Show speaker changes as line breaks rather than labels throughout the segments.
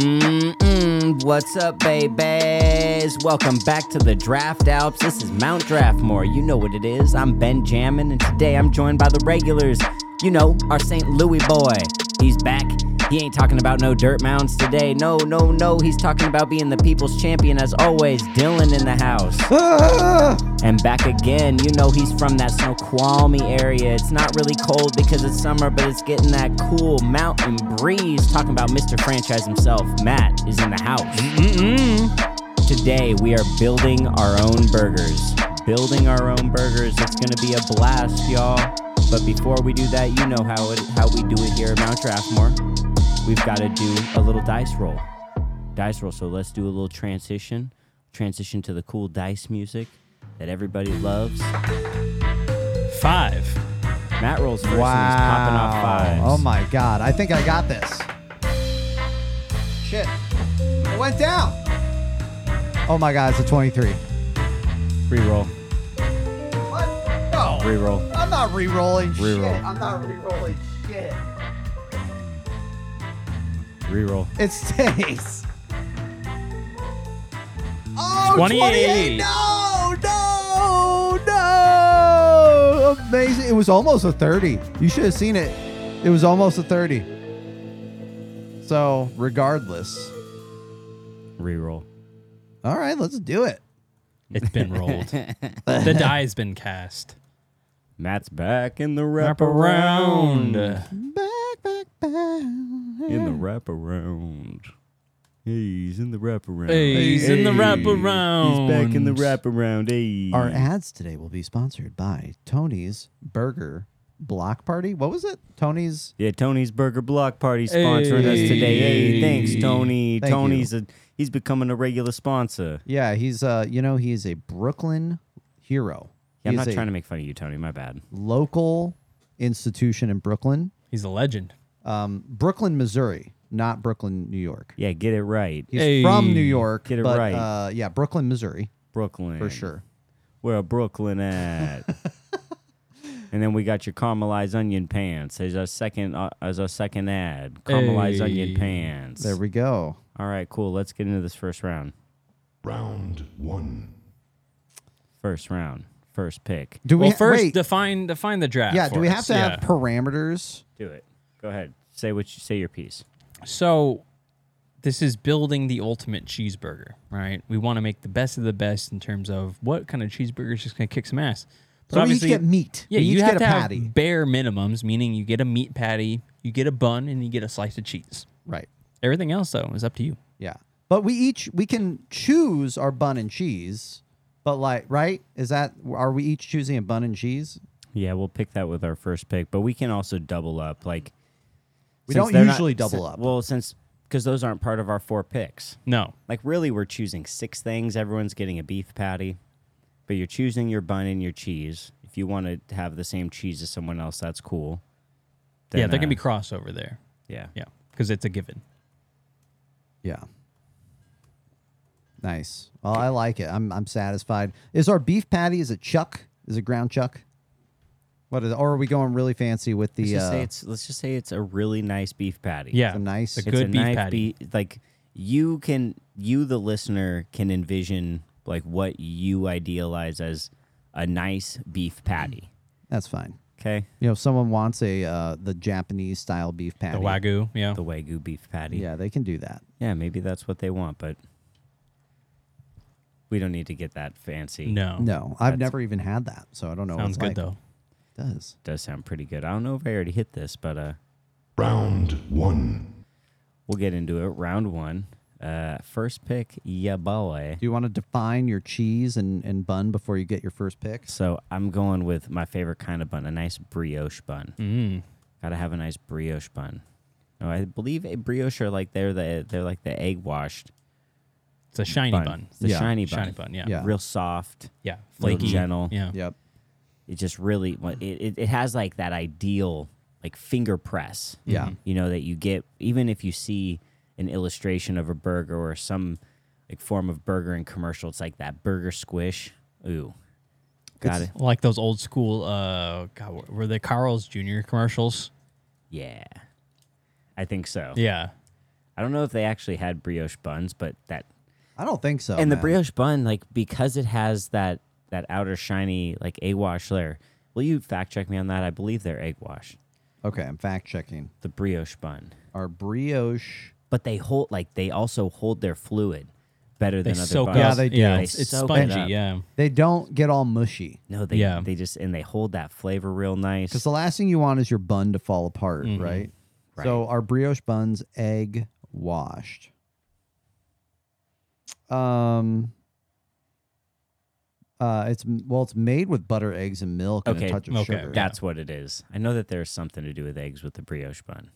Mm-mm. What's up, babies? Welcome back to the Draft Alps. This is Mount Draftmore. You know what it is. I'm Ben Jammin, and today I'm joined by the regulars. You know, our St. Louis boy. He's back. He ain't talking about no dirt mounds today. No, no, no. He's talking about being the people's champion as always. Dylan in the house. And back again, you know he's from that Snoqualmie area. It's not really cold because it's summer, but it's getting that cool mountain breeze. Talking about Mr. Franchise himself, Matt is in the house. Today we are building our own burgers. Building our own burgers. It's gonna be a blast, y'all. But before we do that, you know how it how we do it here at Mount Draftmore. We've got to do a little dice roll. Dice roll. So let's do a little transition. Transition to the cool dice music that everybody loves.
Five.
Matt rolls first and he's popping off fives.
Oh my god. I think I got this. Shit. It went down. Oh my god, it's a 23.
Reroll.
What? No.
Reroll.
I'm not re-rolling
Reroll.
shit. I'm not re-rolling shit.
Reroll.
It stays. Oh,
28.
28. No, no, no. Amazing. It was almost a 30. You should have seen it. It was almost a 30. So, regardless.
Reroll.
All right, let's do it.
It's been rolled. the die's been cast.
Matt's back in the
Wrap around.
Back, back, back.
In the wraparound. He's in the wraparound.
Hey, he's in the wraparound.
He's back in the wraparound. Hey.
Our ads today will be sponsored by Tony's Burger Block Party. What was it? Tony's.
yeah, Tony's Burger Block Party sponsoring us today. Hey, thanks, Tony.
Thank
Tony's a he's becoming a regular sponsor.
Yeah, he's uh, you know, he is a Brooklyn hero.
Yeah, I'm
He
not
is a
trying to make fun of you, Tony. My bad.
local institution in Brooklyn,
He's a legend.
um, Brooklyn, Missouri, not Brooklyn, New York.
Yeah, get it right.
He's
Hey,
from New York,
get it
but
right.
uh, yeah, Brooklyn, Missouri,
Brooklyn.
for sure.
Where a Brooklyn at? and then we got your caramelized onion pants as our second uh, as our second ad. Caramelized onion
Hey.
pants.
There we go.
All right, cool. Let's get into this first round.
Round one.
First round. First pick.
Do we
well,
ha-
first
wait,
define define the draft.
yeah? Do
for
we have
us.
to
Yeah.
have parameters?
Do it. Go ahead. Say what you say your piece.
So this is building the ultimate cheeseburger, right? We want to make the best of the best in terms of what kind of cheeseburger is just going to kick some ass. But
So we each
obviously,
get meat.
Yeah,
We
you
each
have
get a
to
patty.
have bare minimums, meaning you get a meat patty, you get a bun, and you get a slice of cheese.
Right.
Everything else, though, is up to you.
Yeah, but we each we can choose our bun and cheese. But like, right? Is that are we each choosing a bun and cheese?
Yeah, we'll pick that with our first pick, but we can also double up. Like
We
since
don't
they're not-
usually double
si-
up.
Well, since because those aren't part of our four picks.
No,
Like really, we're choosing six things. Everyone's getting a beef patty, but you're choosing your bun and your cheese. If you want to have the same cheese as someone else, that's cool.
yeah,
Then,
there can
uh,
be crossover there.
yeah.
Yeah, because it's a given.
Yeah. Nice. Well, I like it. I'm I'm satisfied. Is our beef patty is it chuck? Is it ground chuck? What is? Or are we going really fancy with
Let's
the?
just
Uh,
say it's let's just say it's a really nice beef patty.
Yeah,
a nice-
a
It's
it's
good
a
beef
nice
patty.
be- like you can you the listener can envision like what you idealize as a nice beef patty.
that's fine.
Okay,
You know, if someone wants a uh, the Japanese style beef patty.
the wagyu. Yeah,
the wagyu beef patty.
Yeah, they can do that.
yeah, maybe that's what they want, but we don't need to get that fancy.
no,
No, I've never even had that, so I don't know.
Oh, sounds
what it's
good
like.
though.
It does
does sound pretty good. I don't know if I already hit this, but uh,
Round one.
we'll get into it. Round one, uh, first pick, yeah, boy.
do you want to define your cheese and, and bun before you get your first pick?
So I'm going with my favorite kind of bun, a nice brioche bun.
Mm.
Gotta have a nice brioche bun. No, I believe a brioche are like they're the they're like the egg washed,
It's a shiny
Bun.
bun.
It's a
Yeah.
shiny bun.
Shiny bun. Yeah,
Yeah.
yeah,
real soft. Little
flaky,
gentle.
Yeah,
Yep.
It just really it, it it has like that ideal like finger press.
Yeah.
Mm-hmm.
you know that you get even if you see an illustration of a burger or some like form of burger in commercial, it's like that burger squish. Ooh, got it.
like those old school. Uh, God, were- were the Carl's Jr. commercials?
Yeah, I think so.
Yeah,
I don't know if they actually had brioche buns, but that
I don't think so.
and the
man.
brioche bun, like because it has that that outer shiny like egg wash layer. Will you fact check me on that? I believe they're egg wash.
Okay, I'm fact checking.
The brioche bun,
Our brioche.
but they hold like they also hold their fluid better
They
than other
soak
buns.
up.
Yeah, they do.
Yeah,
They
it's, it's
soak it
spongy.
up.
Yeah.
They don't get all mushy
No, they
Yeah.
they just and they hold that flavor real nice.
because the last thing you want is your bun to fall apart, right? So our brioche buns egg washed. Um. Uh, it's well, it's made with butter, eggs, and milk, and
Okay,
a touch of
okay,
sugar.
yeah.
That's what it is. I know that there's something to do with eggs with the brioche bun.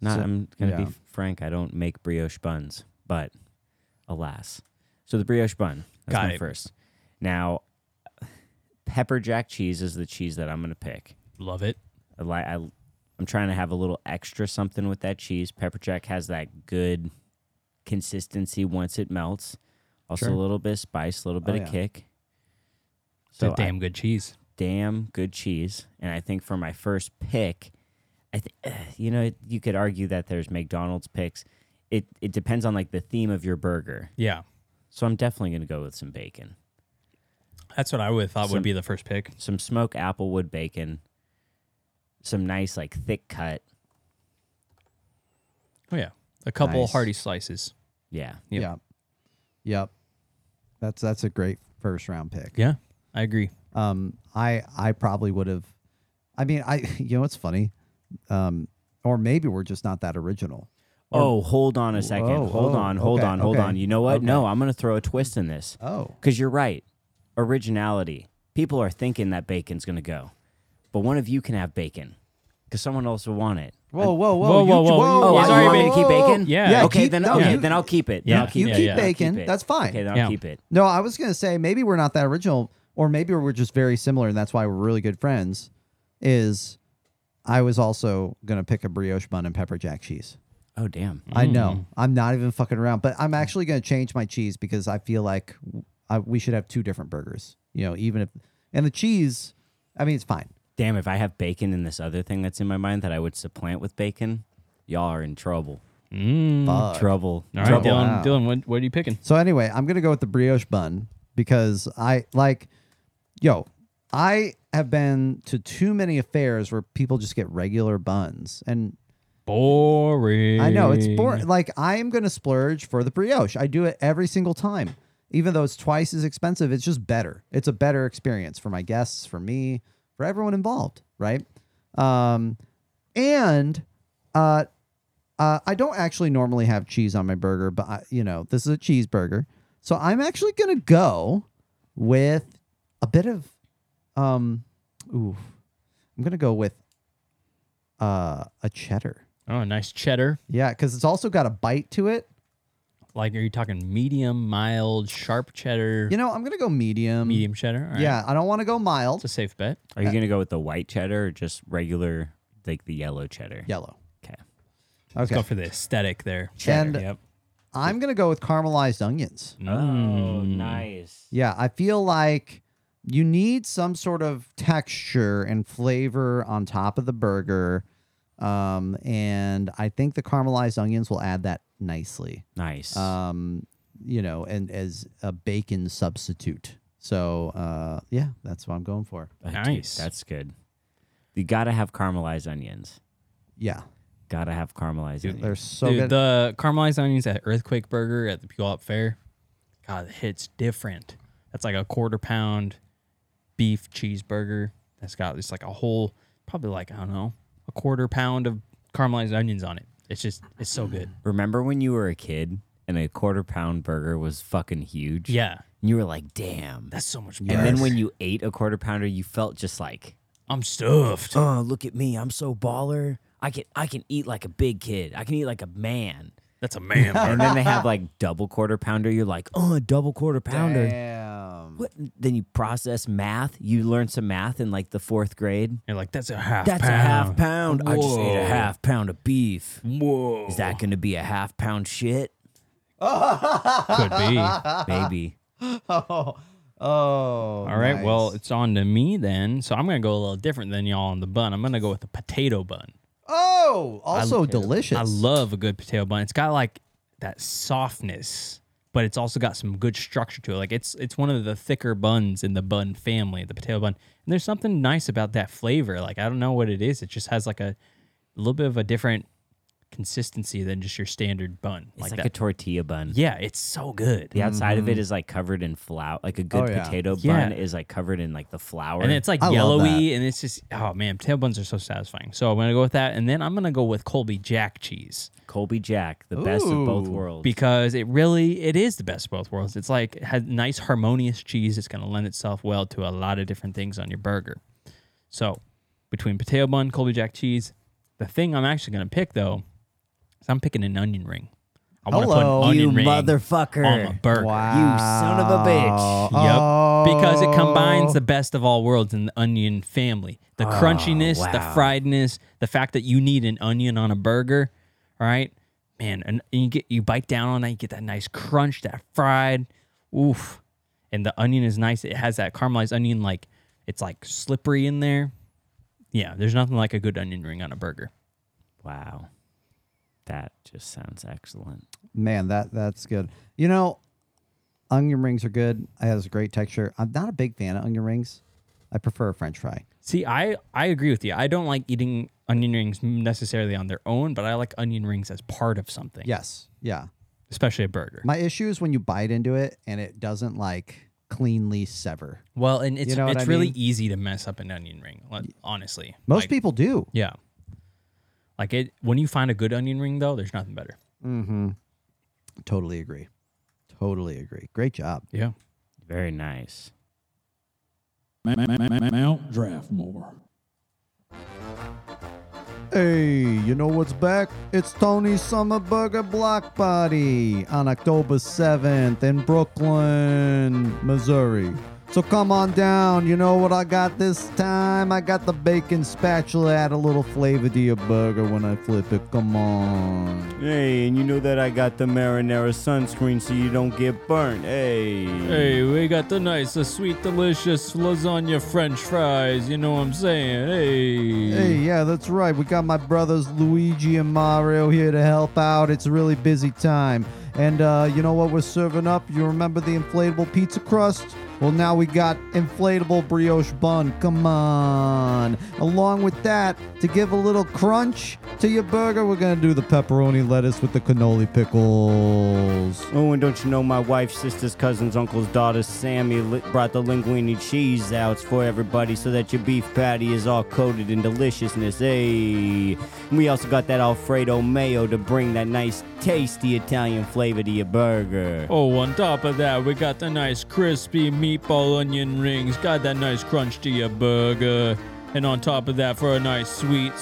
Not,
So-
I'm gonna
yeah.
be frank. I don't make brioche buns, but alas. So the brioche bun. That's
Got
my
it.
first. Now, pepper jack cheese is the cheese that I'm gonna pick.
Love it.
I, li- I I'm trying to have a little extra something with that cheese. Pepper jack has that good consistency once it melts. Also
Sure.
a little bit of spice, a little bit of
Oh, yeah.
kick.
It's a
I-
damn good cheese.
damn good cheese. And I think for my first pick, I th- uh, you know you could argue that there's McDonald's picks. It it depends on like the theme of your burger.
Yeah.
So I'm definitely gonna go with some bacon,
That's what I would have thought
Some-
would be the first pick.
some smoked applewood bacon, some nice like thick cut.
Oh yeah. A couple
Nice.
hearty slices.
Yeah,
Yep.
Yep. Yep. That's that's a great first round pick.
Yeah. I agree.
Um I I probably would have I mean I you know it's funny. Um or maybe we're just not that original.
Oh, hold on a second.
Whoa,
hold
whoa,
on, hold
okay,
on, hold
okay,
on. You know what?
okay.
No, I'm going to throw a twist in this.
Oh.
Because you're right. Originality. People are thinking that bacon's going to go. But one of you can have bacon because someone else will want it.
Whoa, whoa, whoa.
Whoa, whoa,
you-
whoa.
Oh,
Yeah,
I
sorry,
you want me
babe.
to keep bacon?
Yeah. Yeah,
Okay,
keep-
then
no,
okay,
you-
then I'll keep it. Then
Yeah.
I'll keep
You
it.
keep
I'll keep
bacon.
it.
That's fine.
Okay, then I'll
Yeah.
keep it.
No, I was gonna say maybe we're not that original, or maybe we're just very similar and that's why we're really good friends. Is I was also gonna pick a brioche bun and pepper jack cheese.
Oh damn.
I
Hmm.
know. I'm not even fucking around, but I'm actually going to change my cheese because I feel like w I we should have two different burgers. You know, even if and the cheese, I mean, it's fine.
Damn, if I have bacon in this other thing that's in my mind that I would supplant with bacon, y'all are in trouble.
Fuck.
Trouble.
Mm, All right,
trouble.
Dylan.
Wow.
Dylan, what, what are you picking?
So anyway, I'm going to go with the brioche bun because I like, yo, I have been to too many affairs where people just get regular buns, and
Boring.
I know it's boring. Like I am going to splurge for the brioche. I do it every single time, even though it's twice as expensive. It's just better. It's a better experience for my guests, for me, for everyone involved, right? Um, and uh, uh, I don't actually normally have cheese on my burger, but I, you know this is a cheeseburger, so I'm actually going to go with a bit of, um, ooh, I'm going to go with uh, a cheddar.
Oh, nice cheddar.
Yeah, because it's also got a bite to it.
Like, are you talking medium, mild, sharp cheddar,
You know, I'm gonna go medium.
medium cheddar? All right.
Yeah, I don't want to go mild.
It's a safe bet.
Are you gonna go with the white cheddar or just regular like the yellow cheddar?
yellow.
Okay.
Okay.
Go for the aesthetic there.
Cheddar. And-
yep.
I'm gonna go with caramelized onions.
mm.
Oh,
Mm.
nice.
Yeah, I feel like you need some sort of texture and flavor on top of the burger, um, and I think the caramelized onions will add that nicely.
Nice.
Um, you know, and as a bacon substitute. So uh, yeah, that's what I'm going for.
Uh, dude,
Nice.
that's good. You gotta have caramelized onions.
Yeah,
Gotta have caramelized onions.
they're so
Dude,
good.
the caramelized onions at Earthquake Burger at the Puyallup Fair, God, it hits different. That's like a quarter pound beef cheeseburger. That's got just like a whole, probably like I don't know, a quarter pound of caramelized onions on it. It's just, it's so good.
Remember when you were a kid and a quarter pound burger was fucking huge?
Yeah,
And you were like, damn.
that's so much.
and then
burger.
when you ate a quarter pounder, you felt just like,
I'm stuffed.
oh, look at me. I'm so baller. I can I can eat like a big kid. I can eat like a man.
That's a man. burger.
And then they have like double quarter pounder. You're like, oh, a double quarter pounder.
Damn.
What? Then you process math. You learn some math in like the fourth grade.
You're like, that's a half.
That's
pound.
a half pound. I just ate a
Whoa.
half pound of beef.
Whoa,
Is that going to be a half pound shit?
could be. All
Maybe.
Oh, oh. All
right, well, it's on to me then. So I'm gonna go a little different than y'all on the bun. I'm gonna go with a potato bun.
Oh, also
I-
delicious.
I love a good potato bun. It's got like that softness, but it's also got some good structure to it. Like it's it's one of the thicker buns in the bun family, the potato bun. And there's something nice about that flavor. Like I don't know what it is. It just has like a, little bit of a different consistency than just your standard bun.
It's like,
that.
a tortilla bun.
yeah, it's so good.
The outside of it is like covered in flour. Like a good
Mm-hmm. Oh, yeah.
potato
Yeah.
bun is like covered in like the flour.
And it's like
I love
yellowy, and it's just oh man, potato buns are so satisfying. So I'm gonna go with that, and then I'm gonna go with Colby Jack cheese.
Colby Jack, the best of both
Ooh.
worlds.
because it really it is the best of both worlds. It's like it has nice harmonious cheese. It's going to lend itself well to a lot of different things on your burger. So between potato bun, Colby Jack cheese, the thing I'm actually going to pick though is I'm picking an onion ring. I want to put an
Hello.
onion
you
ring
motherfucker.
on my burger.
Wow.
son of a bitch.
Yep, because it combines
Oh.
the best of all worlds in the onion family. The crunchiness, the
wow.
friedness, the fact that you need an onion on a burger, all right? Man, and and you get you bite down on that, you get that nice crunch, that fried, oof. And the onion is nice. It has that caramelized onion, like it's like slippery in there. Yeah, there's nothing like a good onion ring on a burger.
Wow. That just sounds excellent.
Man, that that's good. You know, onion rings are good. It has a great texture. I'm not a big fan of onion rings. I prefer a French fry.
See, I I agree with you. I don't like eating onion rings necessarily on their own, but I like onion rings as part of something.
Yes. Yeah.
especially a burger.
My issue is when you bite into it and it doesn't like cleanly sever.
Well, and it's
know what
it's
I
really
mean?
easy to mess up an onion ring. like, Honestly,
Most
Like,
people do.
yeah. Like it when you find a good onion ring though, there's nothing better.
Mm-hmm. Totally agree. Totally agree. Great job.
Yeah.
Very nice.
Ma- ma- ma- ma- Mount Draftmore.
Hey, you know what's back? It's Tony's Summer Burger Block Party on October 7th in Brooklyn, Missouri. So come on down. You know what I got this time? I got the bacon spatula. Add a little flavor to your burger when I flip it. Come on.
Hey, and you know that I got the marinara sunscreen so you don't get burnt. Hey.
we got the nice, the sweet, delicious lasagna French fries. You know what I'm saying? Hey.
Hey, yeah, that's right. We got my brothers Luigi and Mario here to help out. It's a really busy time. And uh, you know what we're serving up? You remember the inflatable pizza crust? Well, now we got inflatable brioche bun. Come on. Along with that, to give a little crunch to your burger, we're going to do the pepperoni lettuce with the cannoli pickles.
Oh, and don't you know my wife's sister's cousin's uncle's daughter Sammy li- brought the linguine cheese out for everybody so that your beef patty is all coated in deliciousness. Hey, and we also got that Alfredo mayo to bring that nice, tasty Italian flavor to your burger.
Oh, on top of that, we got the nice crispy meatball onion rings. Got that nice crunch to your burger. And on top of that, for a nice sweet,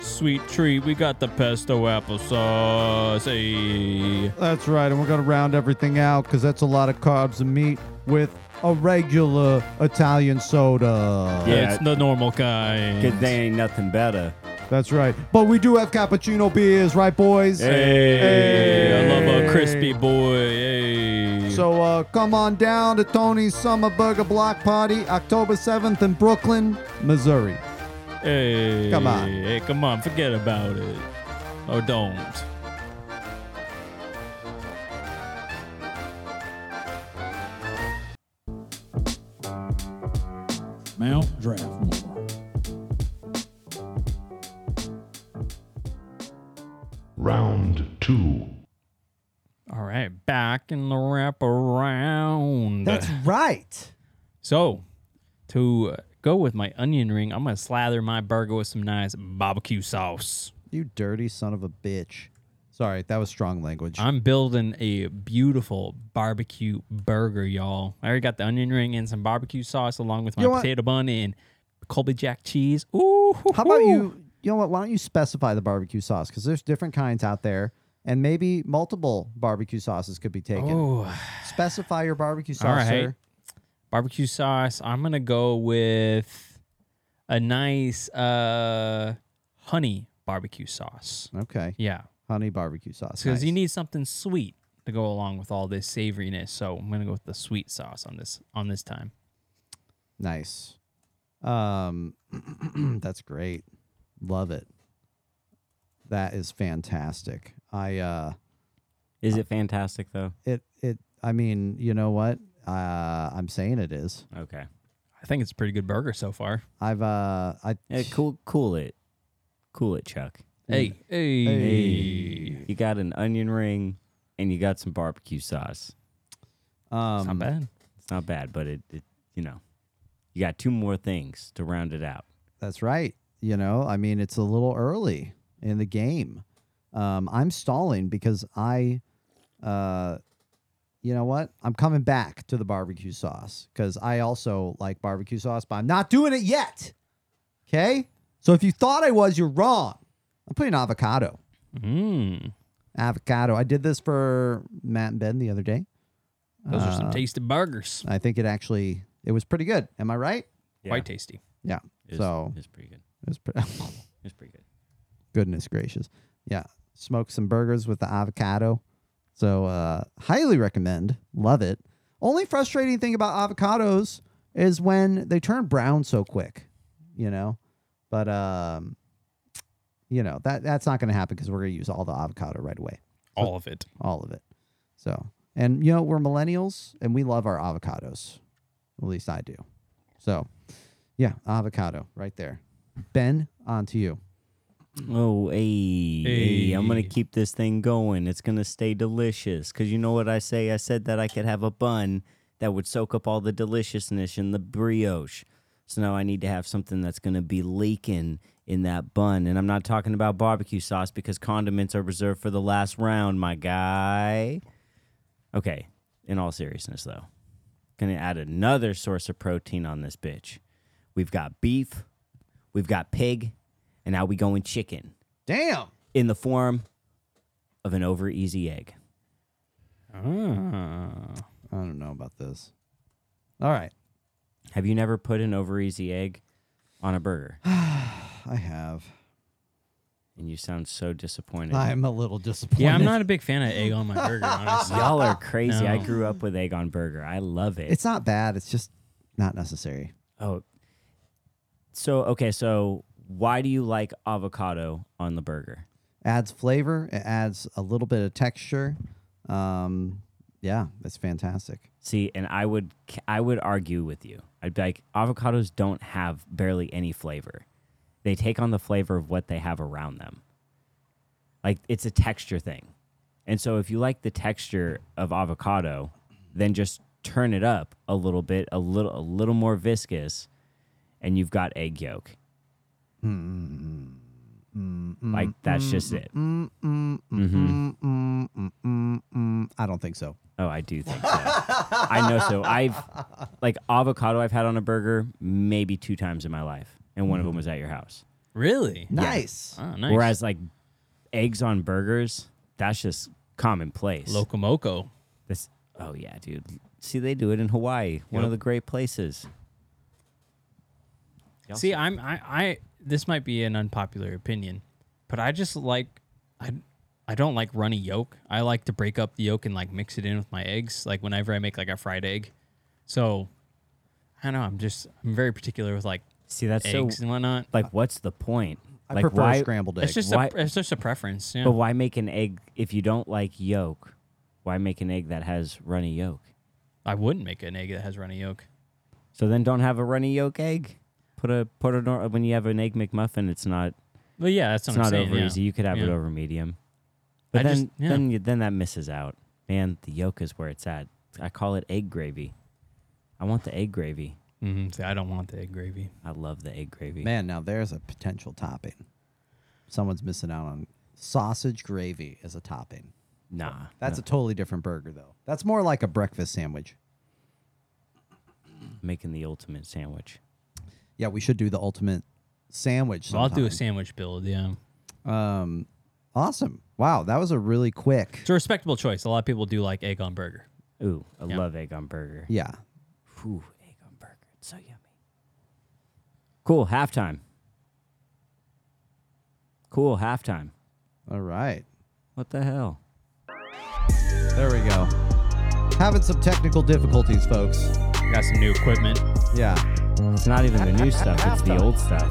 sweet treat, we got the pesto applesauce. Hey.
That's right, and we're gonna round everything out because that's a lot of carbs and meat with a regular Italian soda.
Yeah.
It's the normal kind.
Cause they ain't nothing better.
That's right. But we do have cappuccino beers, right, boys?
Hey, I love
Hey.
a crispy boy. Hey.
So uh, come on down to Tony's Summer Burger Block Party, October 7th in Brooklyn, Missouri.
hey.
Come on.
Hey, come on. Forget about it. Or don't.
Mount Draftmore.
Round two.
All right, back in the wrap around.
right.
So, to uh, go with my onion ring, I'm gonna slather my burger with some nice barbecue sauce.
You dirty son of a bitch. Sorry, that was strong language.
I'm building a beautiful barbecue burger, y'all. I already got the onion ring and some barbecue sauce along with my
You know what?
potato bun and Colby Jack cheese. Ooh, hoo,
How about
hoo.
you? You know what? Why don't you specify the barbecue sauce? Because there's different kinds out there, and maybe multiple barbecue sauces could be taken.
Ooh,
Specify your barbecue sauce,
Oh. All right.
sir.
barbecue sauce. I'm gonna go with a nice uh, honey barbecue sauce.
Okay,
Yeah,
honey barbecue sauce.
because you
Nice.
need something sweet to go along with all this savoriness. So I'm gonna go with the sweet sauce on this on this time.
nice. Um, that's great. Love it. That is fantastic. I uh
Is it fantastic though?
it it I mean, you know what? Uh I'm saying it is.
Okay.
I think it's a pretty good burger so far.
I've uh I
Yeah, cool cool it. Cool it, Chuck.
Hey, hey,
You got an onion ring and you got some barbecue sauce.
it's
um
not bad.
It's not bad, but it, it you know. You got two more things to round it out.
That's right. You know, I mean, it's a little early in the game. Um, I'm stalling because I, uh, you know what? I'm coming back to the barbecue sauce because I also like barbecue sauce, but I'm not doing it yet. Okay. So if you thought I was, you're wrong. I'm putting avocado.
Mm,
Avocado. I did this for Matt and Ben the other day.
those are some tasty burgers.
I think it actually it was pretty good. Am I right?
Quite tasty.
Yeah.
It's,
so
it's pretty good.
it was pretty.
It's pretty good.
goodness gracious yeah smoke some burgers with the avocado so uh highly recommend love it only frustrating thing about avocados is when they turn brown so quick you know but um you know that that's not going to happen because we're going to use all the avocado right away
All of it.
all of it so and you know we're millennials and we love our avocados at least i do so yeah avocado right there ben on to you
Oh, hey, hey, I'm gonna
Hey.
keep this thing going. It's gonna stay delicious. Cause you know what I say? I said that I could have a bun that would soak up all the deliciousness in the brioche. So now I need to have something that's gonna be leaking in that bun. And I'm not talking about barbecue sauce because condiments are reserved for the last round, my guy. Okay, in all seriousness though, gonna add another source of protein on this bitch. We've got beef, we've got pig, and now we going chicken
damn
in the form of an over easy egg.
Ah.
I don't know about this. All right,
Have you never put an over easy egg on a burger?
I have.
And you sound so disappointed.
I'm a little disappointed.
Yeah, I'm not a big fan of egg on my burger, honestly.
Y'all are crazy. I
No.
grew up with egg on burger. I love it.
It's not bad. It's just not necessary.
oh. So, okay, so why do you like avocado on the burger?
Adds flavor. It adds a little bit of texture. Um, yeah, it's fantastic.
See, and I would I would argue with you. I'd be like avocados don't have barely any flavor. They take on the flavor of what they have around them. Like it's a texture thing. And so if you like the texture of avocado, then just turn it up a little bit, a little a little more viscous and you've got egg yolk. Like that's just it.
Mm, I don't think so.
Oh, I do think so. I know so. I've like avocado I've had on a burger maybe two times in my life, and one of them was at your house.
Really?
Nice.
Ah, Mm-hmm. nice.
Whereas like eggs on burgers, that's just commonplace.
Locomoco.
This- oh yeah, dude. See, they do it in Hawaii, one of the great places. Y'all
See, I'm I, I this might be an unpopular opinion, but I just like I I don't like runny yolk. I like to break up the yolk and like mix it in with my eggs, like whenever I make like a fried egg. So I don't know, I'm just I'm very particular with like
See, that's
eggs
so.
and whatnot.
Like, what's the point?
I
like,
prefer
why?
scrambled eggs.
It's just
why-
a it's just a preference. Yeah.
But why make an egg if you don't like yolk? Why make an egg that has runny yolk?
I wouldn't make an egg that has runny yolk.
So then don't have a runny yolk egg. Put a put a nor- when you have an egg McMuffin, it's not
Well, yeah, that's what
it's
I'm
not
saying,
over
yeah.
easy. You could have it
Yeah.
over medium. But
I
then
just- yeah.
then you, then that misses out. Man, the yolk is where it's at. I call it egg gravy. I want the egg gravy.
Mhm, See, I don't want the egg gravy.
I love the egg gravy.
Man, now there's a potential topping. Someone's missing out on sausage gravy as a topping.
Nah.
That's a totally different burger, though. That's more like a breakfast sandwich.
I'm making the ultimate sandwich.
Yeah, we should do the ultimate sandwich.
Well, I'll do a
sometime.
sandwich build, yeah.
Um, awesome. Wow, that was a really quick.
It's a respectable choice. A lot of people do like egg on burger.
Ooh, I love egg on burger.
Yeah.
Ooh, egg on burger. It's so yummy. Cool, halftime. Cool, halftime.
All right.
What the hell?
There we go. Having some technical difficulties, folks.
Got some new equipment.
Yeah.
It's not even the new stuff, it's the old stuff.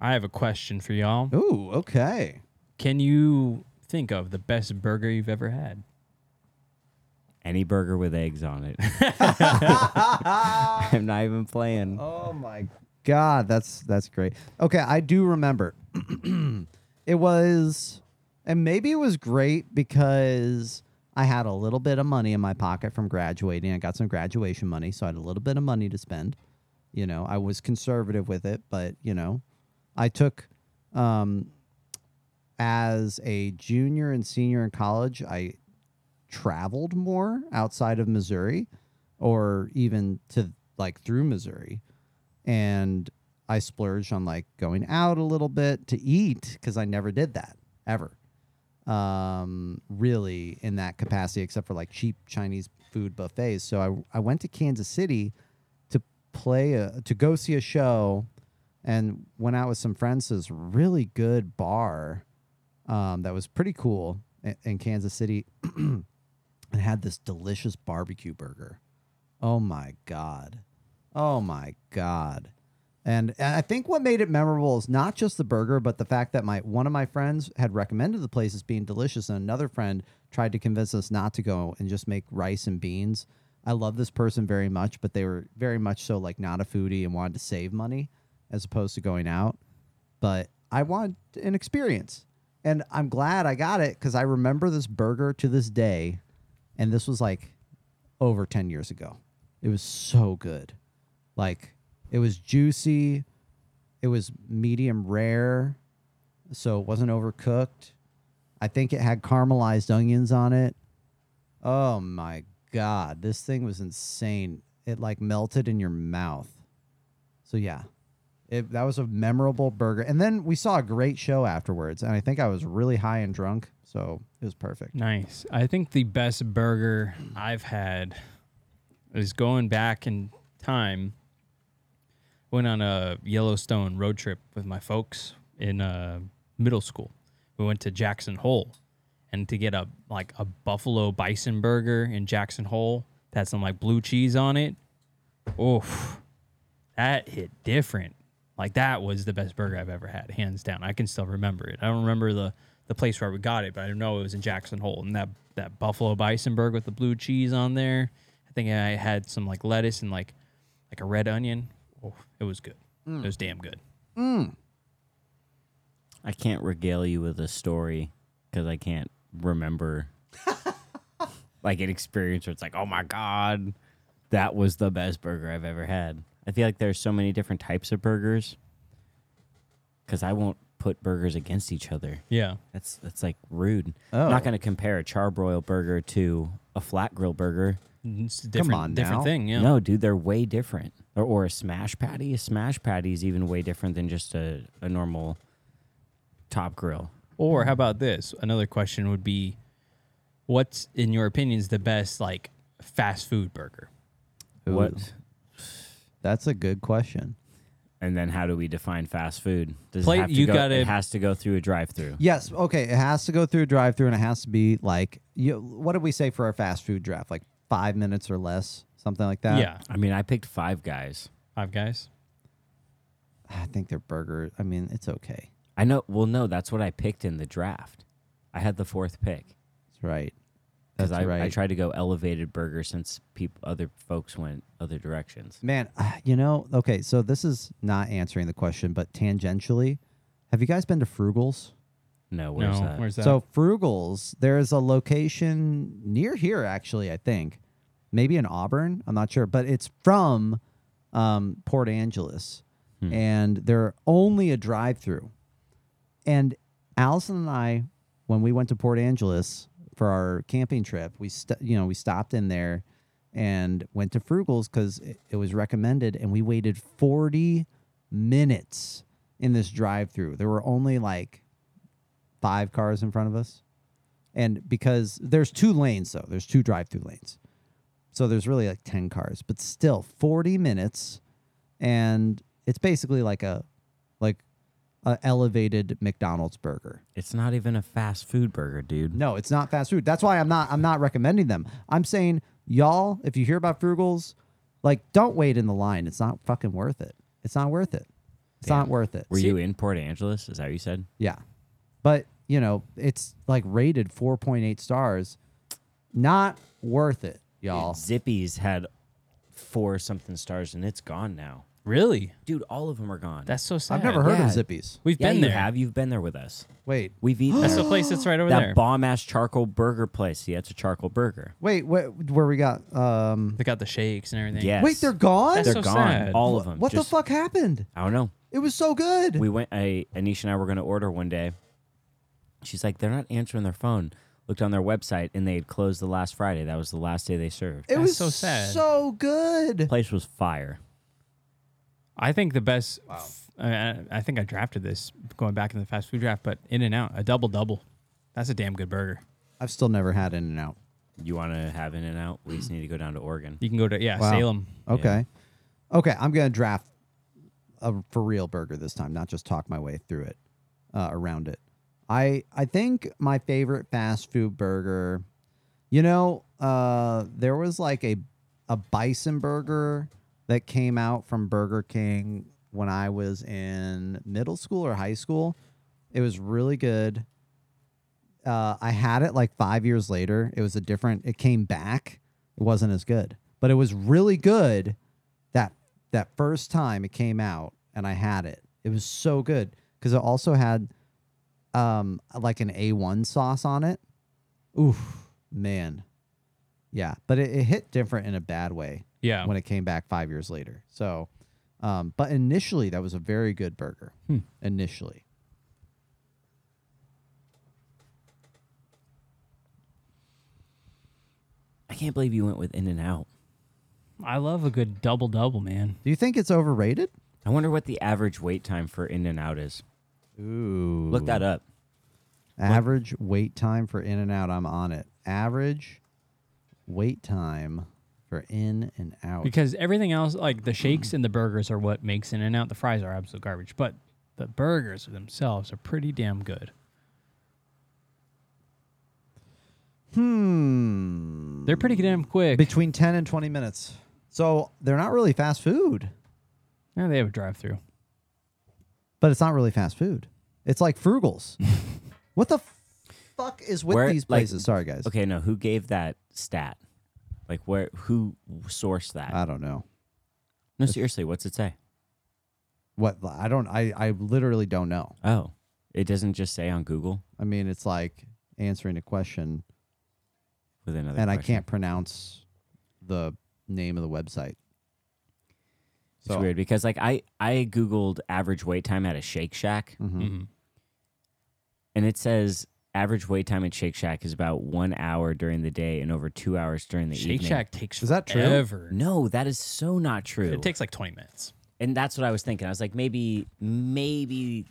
I have a question for y'all.
Ooh, okay.
Can you think of the best burger you've ever had?
Any burger with eggs on it.
I'm not even playing.
Oh my god, that's that's great. Okay, I do remember. it was and maybe it was great because I had a little bit of money in my pocket from graduating. I got some graduation money, so I had a little bit of money to spend. You know, I was conservative with it, but you know, I took um as a junior and senior in college, I traveled more outside of Missouri or even to like through Missouri. And I splurged on like going out a little bit to eat because I never did that ever. Um, really in that capacity, except for like cheap Chinese food buffets. So I, I went to Kansas City to play a, to go see a show and went out with some friends to this really good bar um, that was pretty cool in, in Kansas City and had this delicious barbecue burger. Oh my god. Oh my god. And, and I think what made it memorable is not just the burger, but the fact that my one of my friends had recommended the place as being delicious, and another friend tried to convince us not to go and just make rice and beans. I love this person very much, but they were very much so like not a foodie and wanted to save money as opposed to going out. But I want an experience, and I'm glad I got it because I remember this burger to this day, and this was like over 10 years ago. It was so good. Like it was juicy. It was medium rare. So it wasn't overcooked. I think it had caramelized onions on it. Oh my god, this thing was insane. It like melted in your mouth. So yeah. It, that was a memorable burger. And then we saw a great show afterwards. And I think I was really high and drunk. So it was perfect.
Nice. I think the best burger I've had is going back in time. Went on a Yellowstone road trip with my folks in uh, middle school. We went to Jackson Hole, and to get a like a buffalo bison burger in Jackson Hole that had some like blue cheese on it. Oof, that hit different. Like that was the best burger I've ever had, hands down. I can still remember it. I don't remember the the place where we got it, but I know it was in Jackson Hole, and that that buffalo bison burger with the blue cheese on there. I think I had some like lettuce and like like a red onion. Oh, it was good. It was damn good.
I can't regale you with a story because I can't remember like an experience where it's like, oh my god, that was the best burger I've ever had. I feel like there's so many different types of burgers because I won't put burgers against each other.
Yeah.
That's that's like rude. I'm
Oh.
not going to compare a charbroil burger to a flat grill burger.
It's a different,
on
different
now.
thing. Yeah.
No, dude, they're way different. Or, or a smash patty. A smash patty is even way different than just a, a normal top grill.
Or how about this? Another question would be, what's in your opinion is the best like fast food burger?
What?
That's a good question.
And then how do we define fast food? Does
Plate-
have to
you
go-
gotta-
It has to go through a drive-through.
Yes. Okay. It has to go through a drive through and it has to be like, you, what did we say for our fast food draft? Like five minutes or less, something like that?
yeah.
I mean, I picked Five Guys.
Five Guys.
I think their burger, I mean, it's okay.
I know. Well, no, that's what I picked in the draft. I had the fourth pick.
It's right.
because
That's
I,
right.
I tried to go elevated burger since peop other folks went other directions.
Man, ah, you know, okay. So this is not answering the question, but tangentially, have you guys been to Frugal's?
No, where's
no.
that?
Where's that?
So Frugal's, there is a location near here, actually. I think, maybe in Auburn. I'm not sure, but it's from um, Port Angeles, and they're only a drive-through. And Allison and I, when we went to Port Angeles for our camping trip, we st- you know we stopped in there and went to Frugal's because it, it was recommended, and we waited 40 minutes in this drive-through. There were only like five cars in front of us. And because there's two lanes though, there's two drive-through lanes. So there's really like 10 cars, but still 40 minutes and it's basically like a like a elevated McDonald's burger.
It's not even a fast food burger, dude.
No, it's not fast food. That's why I'm not I'm not recommending them. I'm saying y'all, if you hear about Frugals, like don't wait in the line. It's not fucking worth it. It's not worth it. It's not worth it.
Were you in Port Angeles? Is that what you said?
Yeah. But, you know, it's like rated 4.8 stars. Not worth it, y'all.
Zippy's had four something stars and it's gone now.
Really?
Dude, all of them are gone.
That's so sad.
I've never heard
Yeah.
of Zippies.
We've
yeah,
been
you
there.
have. You've been there with us.
Wait.
We've eaten
That's
there.
the place that's right over
that
there.
bomb ass charcoal burger place. Yeah, it's a charcoal burger.
Wait, wh- where we got um
they got the shakes and everything.
Yes.
Wait, they're gone?
That's
They're
so
gone.
sad.
All of them.
what
Just-
the fuck happened?
I don't know.
It was so good.
We went. I Anisha and I were going to order one day. She's like, they're not answering their phone. Looked on their website and they had closed the last Friday. That was the last day they served.
it
That's
was
so sad.
So good.
place was fire.
I think the best. I, I think I drafted this going back in the fast food draft, but In and Out, a double double. That's a damn good burger.
I've still never had In and Out.
You want to have In and Out? We just need to go down to Oregon.
You can go to yeah
Wow.
Salem.
Okay. Okay, I'm gonna draft a for real burger this time, not just talk my way through it, uh, around it. I I think my favorite fast food burger, you know, uh, there was like a a bison burger that came out from Burger King when I was in middle school or high school. It was really good. Uh, I had it like five years later. It was a different. It came back. It wasn't as good, but it was really good. That that first time it came out, and I had it. It was so good because it also had um like an A one sauce on it. Oof, man, yeah. But it, it hit different in a bad way
Yeah.
when it came back five years later. So, um, but initially that was a very good burger. Initially,
I can't believe you went with In and Out.
I love a good double double, man.
do you think it's overrated?
I wonder what the average wait time for In and Out is.
Ooh,
Look that up.
Average wait time for In and Out. I'm on it. Average wait time for In and Out.
Because everything else, like the shakes and the burgers, are what makes In and Out. The fries are absolute garbage, but the burgers themselves are pretty damn good.
hmm.
They're pretty damn quick.
Between 10 and 20 minutes. So they're not really fast food,
yeah, they have a drive through.
but it's not really fast food. It's like Frugals. what the fuck is with
Where-
these
like-
places? Sorry, guys.
Okay, no, who gave that stat? Like, where? Who sourced that?
I don't know.
no, seriously, what's it say?
What I don't I I literally don't know.
Oh, it doesn't just say on Google
I mean, it's like answering a question
with another.
and I
question.
can't pronounce the name of the website.
It's weird because like I I googled average wait time at a Shake Shack,
Mm-hmm.
Mm-hmm.
and it says average wait time at Shake Shack is about one hour during the day and over two hours during the
Shake
evening.
Shack takes
Is that true?
forever.
No, that is so not true.
It takes like twenty minutes.
and that's what I was thinking. I was like maybe maybe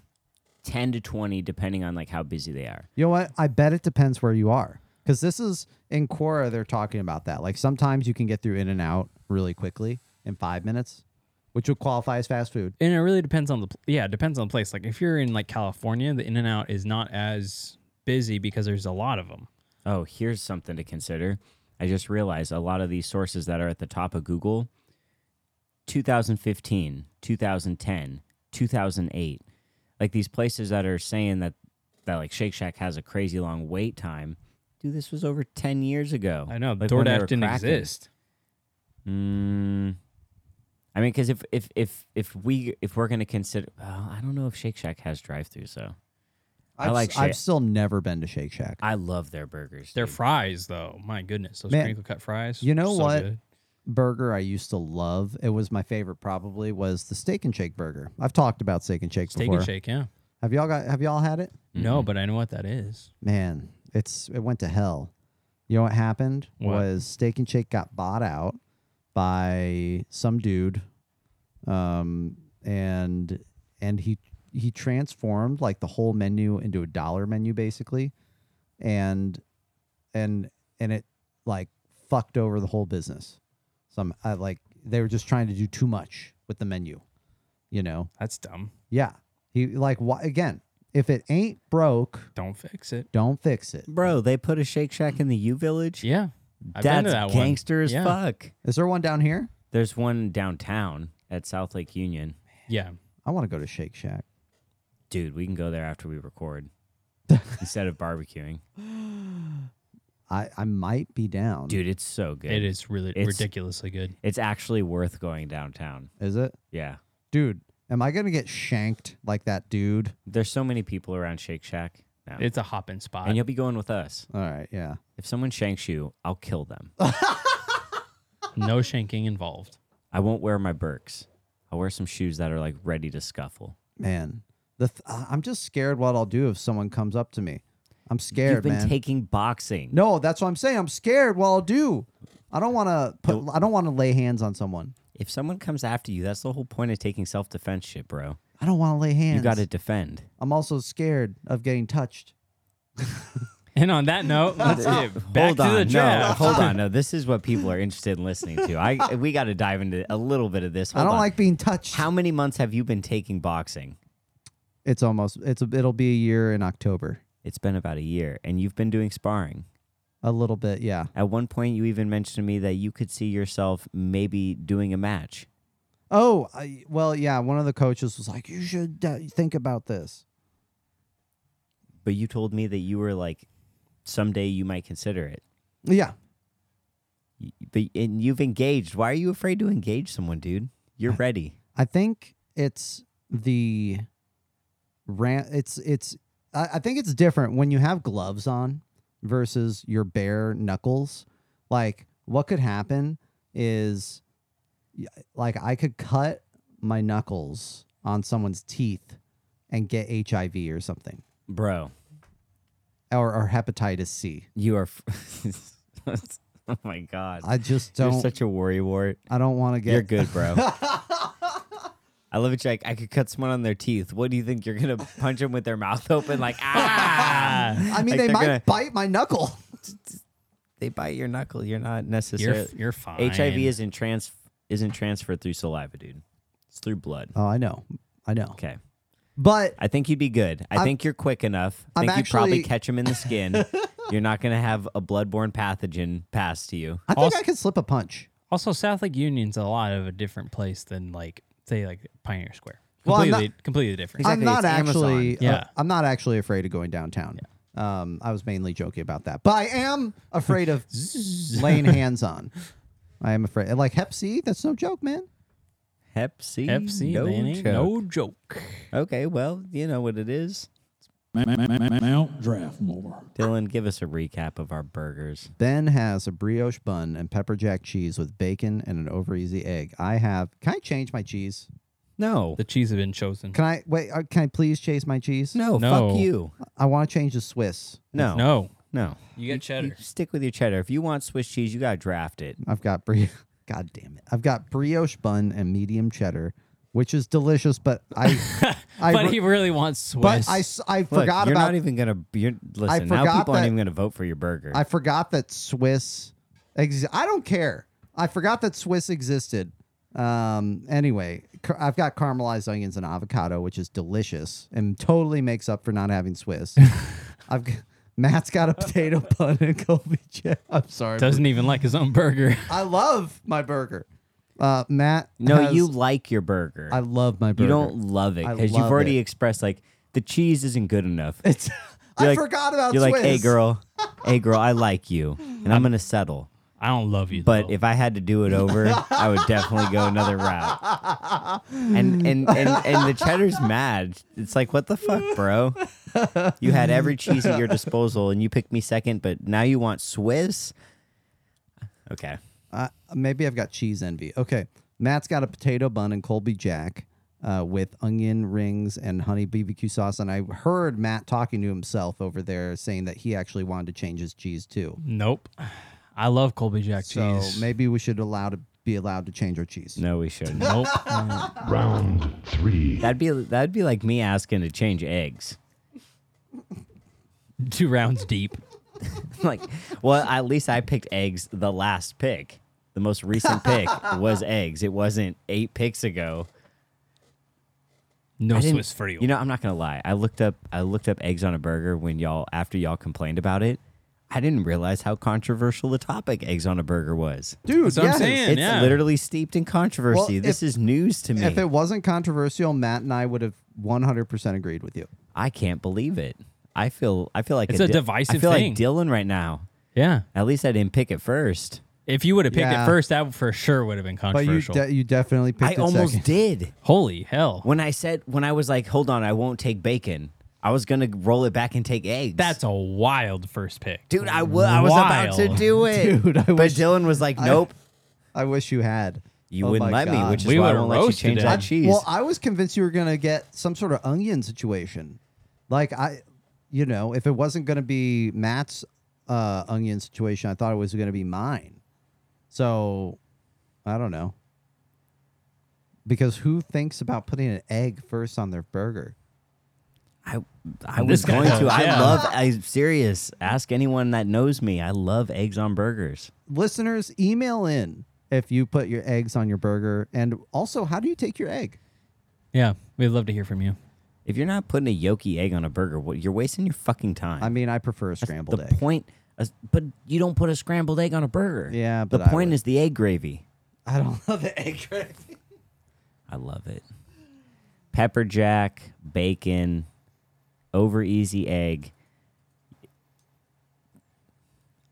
ten to twenty, depending on like how busy they are.
You know what? I bet it depends where you are. Because this is in Quora, they're talking about that. Like sometimes you can get through in and out really quickly in five minutes, which would qualify as fast food.
and it really depends on the pl- yeah it depends on the place like if you're in like california the in and out is not as busy because there's a lot of them
Oh, here's something to consider. I just realized a lot of these sources that are at the top of Google 2015, 2010, 2008. Like these places that are saying that that like Shake Shack has a crazy long wait time. Dude, this was over 10 years ago.
i know
Like when they
doordash
were
didn't
cracking.
exist
Mm, I mean cuz if if if if we if we're going to consider well, I don't know if Shake Shack has drive-through so. I
I've,
like
s- I've
shit.
still never been to Shake Shack.
I love their burgers.
their
dude.
fries though my goodness those
Man,
crinkle cut fries
you know
so
what?
good.
burger I used to love. It was my favorite probably was the steak and shake burger. I've talked about steak and shake
steak
before.
and shake yeah
Have y'all got have y'all had it?
Mm-hmm.
no but i know what that is
Man, it's it went to hell. You know what happened
What?
was Steak and Shake got bought out by some dude, um, and and he he transformed like the whole menu into a dollar menu basically, and and and it like fucked over the whole business. Some I like they were just trying to do too much with the menu, you know.
that's dumb
Yeah, he like why again? If it ain't broke,
don't fix it
don't fix it.
Bro, they put a Shake Shack in the U Village?
yeah I've been
That's
to that
gangster
one.
as
yeah.
fuck.
Is there one down here?
There's one downtown at South Lake Union.
Yeah,
I want to go to Shake Shack.
Dude, we can go there after we record instead of barbecuing.
I, I might be down.
Dude, it's so good.
It is really
It's-
ridiculously good.
It's actually worth going downtown.
Is it?
Yeah.
Dude, am I going to get shanked like that dude?
There's so many people around Shake Shack now.
It's a hopping spot.
and you'll be going with us.
All right, yeah.
If someone shanks you, I'll kill them.
no shanking involved.
I won't wear my Birks. I'll wear some shoes that are like ready to scuffle.
Man, the th- I- I'm just scared what I'll do if someone comes up to me. I'm scared,
You've been
man.
taking boxing.
no, that's what I'm saying. I'm scared what I'll do. I don't want to put I don't want to lay hands on someone.
If someone comes after you, that's the whole point of taking self defense shit, bro.
I don't want to lay hands.
You got to defend.
I'm also scared of getting touched.
And on that note, let's get back
hold
to
on,
the
no,
draft.
hold on. No, this is what people are interested in listening to. I we got to dive into a little bit of this.
I
Hold
don't
on.
like being touched.
How many months have you been taking boxing?
It's almost it's a, it'll be a year in October.
It's been about a year, and you've been doing sparring.
A little bit, yeah.
At one point, you even mentioned to me that you could see yourself maybe doing a match.
Oh, I, well, yeah. One of the coaches was like, "You should uh, think about this."
But you told me that you were like, someday you might consider it.
Yeah,
Y- But and you've engaged. Why are you afraid to engage someone, dude? You're ready.
I think it's the ran. It's it's. I, I think it's different when you have gloves on versus your bare knuckles. Like, what could happen is, y- like, I could cut my knuckles on someone's teeth and get HIV or something,
Bro,
or, or hepatitis C.
you are. F- oh my God.
I just
You're
don't.
such a worry wart.
I don't want to get.
You're good, bro. I love it. You're Like I could cut someone on their teeth. What do you think? You're gonna punch them with their mouth open? Like ah!
I mean,
Like,
they
they're
might
gonna-
bite my knuckle.
they bite your knuckle. You're not
You're,
necessarily.
f- you're fine.
HIV isn't trans isn't transferred through saliva, dude. It's through blood.
Oh, I know. I know.
Okay.
But
I think you'd be good. I
I'm-
think you're quick enough. I
I'm
think you probably
actually-
catch them in the skin. you're not gonna have a bloodborne pathogen pass to you.
I think
Also-
I could slip a punch.
Also, South Lake Union's a lot of a different place than like say like Pioneer Square.
Well, I'm
Completely, completely different.
I'm
Exactly,
not
it's
actually.
Amazon.
Yeah.
uh, I'm not actually afraid of going downtown. Um, I was mainly joking about that, but I am afraid of laying hands on. I am afraid. Like Hep C, that's no joke, man.
Hep C.
Hep C,
no
man, ain't
joke.
no joke.
Okay, well, you know what it is.
Mount Draftmore.
Dylan, give us a recap of our burgers.
Ben has a brioche bun and pepper jack cheese with bacon and an over easy egg. I have. Can I change my cheese?
No.
The cheese have been chosen.
Can I wait? Uh, can I please change my cheese?
No,
No.
fuck you.
I want to change the Swiss.
No.
No,
No.
you got
You stick with your cheddar. If you want Swiss cheese, you gotta draft it.
I've got bri- God damn it! I've got brioche bun and medium cheddar, which is delicious. But I, I
but
re-
he really wants Swiss.
but I, s- I
Look,
forgot
you're
about
not even gonna you're listen, now
forgot
people aren't
that-
even gonna vote for your burger.
I forgot that Swiss. Ex- I don't care. I forgot that Swiss existed. Um. Anyway, car- I've got caramelized onions and avocado, which is delicious and totally makes up for not having Swiss. I've g- Matt's got a potato bun and Kobe chip. I'm sorry.
doesn't even like his own burger.
I love my burger. Uh, Matt.
no,
has-
you like your burger.
I love my burger.
you don't love it
I
because
love
you've already
it.
expressed like the cheese isn't good enough.
It's. I
You're like-
forgot about
You're
Swiss.
like, hey girl, hey girl, I like you, and I'm gonna settle.
I don't love you,
But
though.
if I had to do it over, I would definitely go another route. And and and, and the cheddar's mad. It's like, what the fuck, bro? You had every cheese at your disposal, and you picked me second. But now you want Swiss? Okay.
Uh, maybe I've got cheese envy. Okay. Matt's got a potato bun and Colby Jack uh, with onion rings and honey BBQ sauce. And I heard Matt talking to himself over there saying that he actually wanted to change his cheese too.
nope. I love Colby Jack
So
cheese.
maybe we should allow to be allowed to change our cheese.
No, we shouldn't.
nope.
Round three.
That'd be that'd be like me asking to change eggs.
Two rounds deep.
like, well, at least I picked eggs the last pick. The most recent pick was eggs. It wasn't eight picks ago.
No
I didn't-
Swiss for you.
You know, I'm not gonna lie. I looked up I looked up eggs on a burger when y'all after y'all complained about it. I didn't realize how controversial the topic eggs on a burger was.
dude.
That's what I'm
yes.
saying.
It's
yeah.
literally steeped in controversy.
Well,
this
if-
is news to me.
If it wasn't controversial, Matt and I would have 100% agreed with you.
I can't believe it. I feel I feel like
It's a
Di- I
divisive
feel
thing.
like Dylan right now.
Yeah.
At least I didn't pick it first.
If you would have picked
Yeah.
it first, that for sure would have been
But you
controversial.
de- you definitely
I
picked it
almost
second.
did.
Holy hell.
When I said when I was like, "Hold on, I won't take bacon." I was going to roll it back and take eggs.
That's a wild first pick.
Dude, I wa- I was about to
Wild.
do it.
Dude, I
but
wish-
Dylan was like, "Nope,
I wish you had.
you
Oh
wouldn't
my
let me,"
God.
which is
We
why I
would've
won't let you
roasted
change
it.
that
I-
cheese.
Well, I was convinced you were gonna get some sort of onion situation. Like I, you know, if it wasn't gonna be Matt's uh, onion situation, I thought it was gonna be mine. So, I don't know. Because who thinks about putting an egg first on their burger?
I I
This
was
guy
going to.
knows,
I
yeah.
love. I'm serious. Ask anyone that knows me. I love eggs on burgers.
Listeners, email in if you put your eggs on your burger, and also how do you take your egg?
Yeah. We'd love to hear from you.
If you're not putting a yolky egg on a burger, what you're wasting your fucking time.
I mean, I prefer a scrambled
the
egg.
point. is- But you don't put a scrambled egg on a burger.
Yeah, but
the
I
point
would.
is the egg gravy.
I don't love the egg gravy.
I love it. Pepper jack, bacon, over easy egg.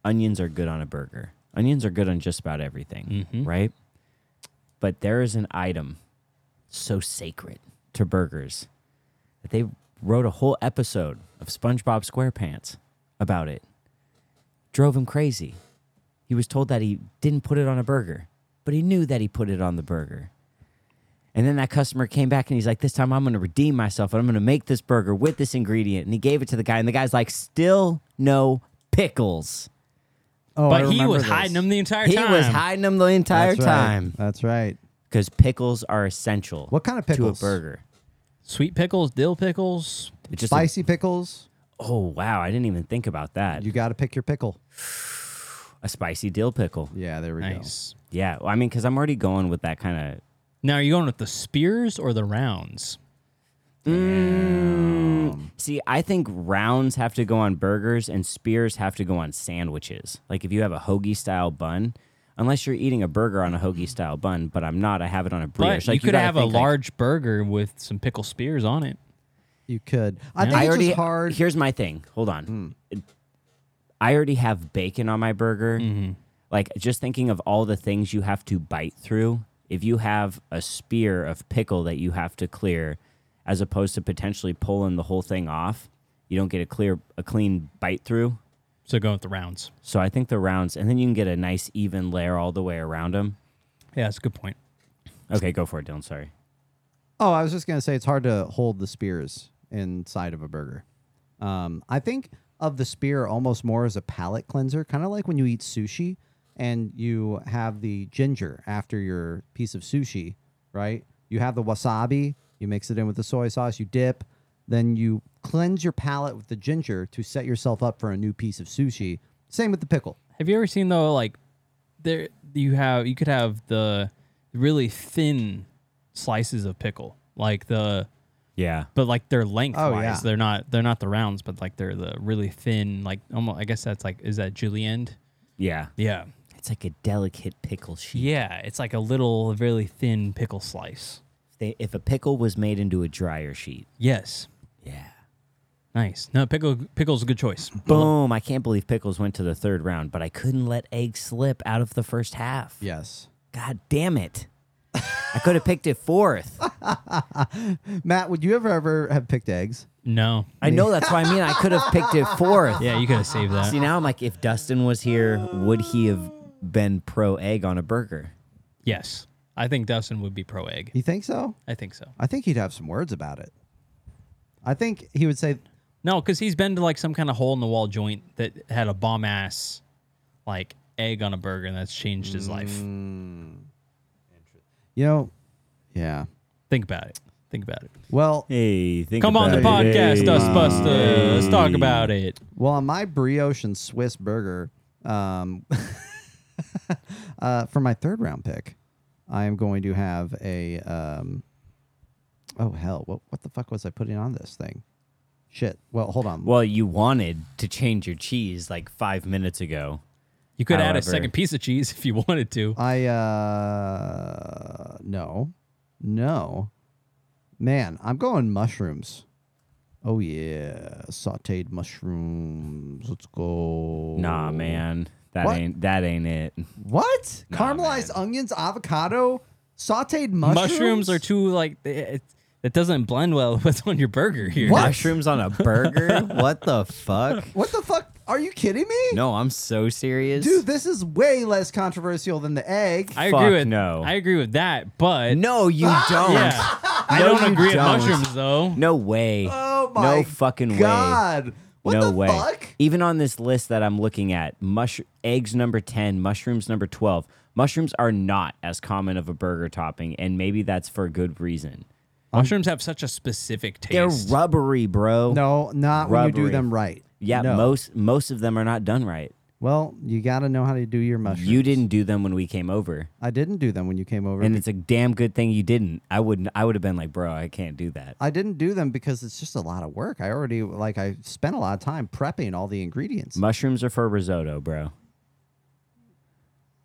Onions are good on a burger. Onions are good on just about everything, right? But there is an item so sacred to burgers that they wrote a whole episode of SpongeBob SquarePants about it. Drove him crazy. He was told that he didn't put it on a burger, but he knew that he put it on the burger. And then that customer came back and he's like, This time I'm going to redeem myself and I'm going to make this burger with this ingredient. And he gave it to the guy, and the guy's like, Still no pickles.
Oh, I
but he
remember
was
this.
hiding them the entire
He
time.
was hiding them the entire
That's right.
time
That's right.
because pickles are essential.
What kind of pickles?
To a burger.
Sweet pickles, dill pickles.
It's just like,
Spicy pickles.
oh, wow. I didn't even think about that.
You got to pick your pickle.
a spicy dill pickle.
Yeah, there we
Nice.
Yeah. well, I mean, because I'm already going with that kind of.
Now, are you going with the spears or the rounds?
See, I think rounds have to go on burgers and spears have to go on sandwiches. Like if you have a hoagie style bun, unless you're eating a burger on a hoagie style bun, but I'm not. I have it on a brioche.
Mm-hmm. But
like
you could
gotta
have a
think, like,
large burger with some pickle spears on it.
go. You could. I think
I
it's
already
just hard.
Here's my thing. Hold on.
Hmm.
It- I already have bacon on my burger.
Mm-hmm.
Like just thinking of all the things you have to bite through. If you have a spear of pickle that you have to clear, as opposed to potentially pulling the whole thing off, you don't get a clear, a clean bite through.
So going with the rounds.
So I think the rounds, and then you can get a nice even layer all the way around them.
Yeah, that's a good point.
Okay, go for it, Dylan. Sorry.
oh, I was just gonna say it's hard to hold the spears inside of a burger. Um, I think of the spear almost more as a palate cleanser, kind of like when you eat sushi and you have the ginger after your piece of sushi, right? You have the wasabi, you mix it in with the soy sauce, you dip, then you cleanse your palate with the ginger to set yourself up for a new piece of sushi. Same with the pickle.
Have you ever seen though like there you have you could have the really thin slices of pickle. Like the
Yeah.
but like they're lengthwise.
yeah.
They're not they're not the rounds, but like they're the really thin like almost I guess that's like is that julienne?
Yeah.
Yeah.
It's like a delicate pickle sheet.
Yeah, it's like a little really thin pickle slice.
They, if a pickle was made into a dryer sheet.
Yes.
Yeah.
Nice. No, pickle pickle's a good choice.
Boom. I can't believe Pickles went to the third round, but I couldn't let eggs slip out of the first half.
Yes.
God damn it. I could have picked it fourth.
Matt, would you ever ever have picked eggs?
No.
I know that's what I mean. I could have picked it fourth.
Yeah, you could have saved that.
See, now I'm like, if Dustin was here, would he have been pro egg on a burger?
Yes. I think Dustin would be pro egg.
You think so?
I think so.
I think he'd have some words about it. I think he would say,
No, because he's been to like some kind of hole in the wall joint that had a bomb ass like egg on a burger and that's changed his life.
you know, yeah.
Think about it. Think about it.
Well,
Hey, think
Come on the
about it.
podcast, Dustbuster. Let's talk about it.
well, on my brioche and Swiss burger, um, uh, for my third round pick, I am going to have a. Um, oh hell! What what the fuck was I putting on this thing? Shit. Well, hold on.
Well, you wanted to change your cheese like five minutes ago.
You could add
However-
a second piece of cheese if you wanted to.
I uh no. No. Man, I'm going mushrooms. Oh yeah, sautéed mushrooms. Let's go.
Nah, man, that
What?
ain't that ain't it.
What? Caramelized onions, avocado, sautéed mushrooms.
Mushrooms are too like it, it doesn't blend well with what's on your burger here.
What?
Mushrooms on a burger? what the fuck?
What the fuck? Are you kidding me?
No, I'm so serious.
Dude, this is way less controversial than the egg.
I
Fuck
agree with
no.
I agree with that, but
no, you don't.
yeah, I
No,
don't
you
agree
don't. Um,
with mushrooms though.
No way.
oh my
no fucking way.
god. What
no
the
way.
fuck?
Even on this list that I'm looking at, mush- eggs number 10, mushrooms number 12. Mushrooms are not as common of a burger topping, and maybe that's for good reason.
Mushrooms have such a specific
They're
taste.
rubbery, bro.
No, not when you do
Rubbery.
them right.
Yeah,
no.
most most of them are not done right.
Well, you got to know how to do your mushrooms.
You didn't do them when we came over,
I didn't do them when you came over.
and
be-
it's a damn good thing you didn't. I wouldn't. I would have been like, bro, I can't do that.
I didn't do them because it's just a lot of work. I already like I spent a lot of time prepping all the ingredients.
Mushrooms are for risotto, bro.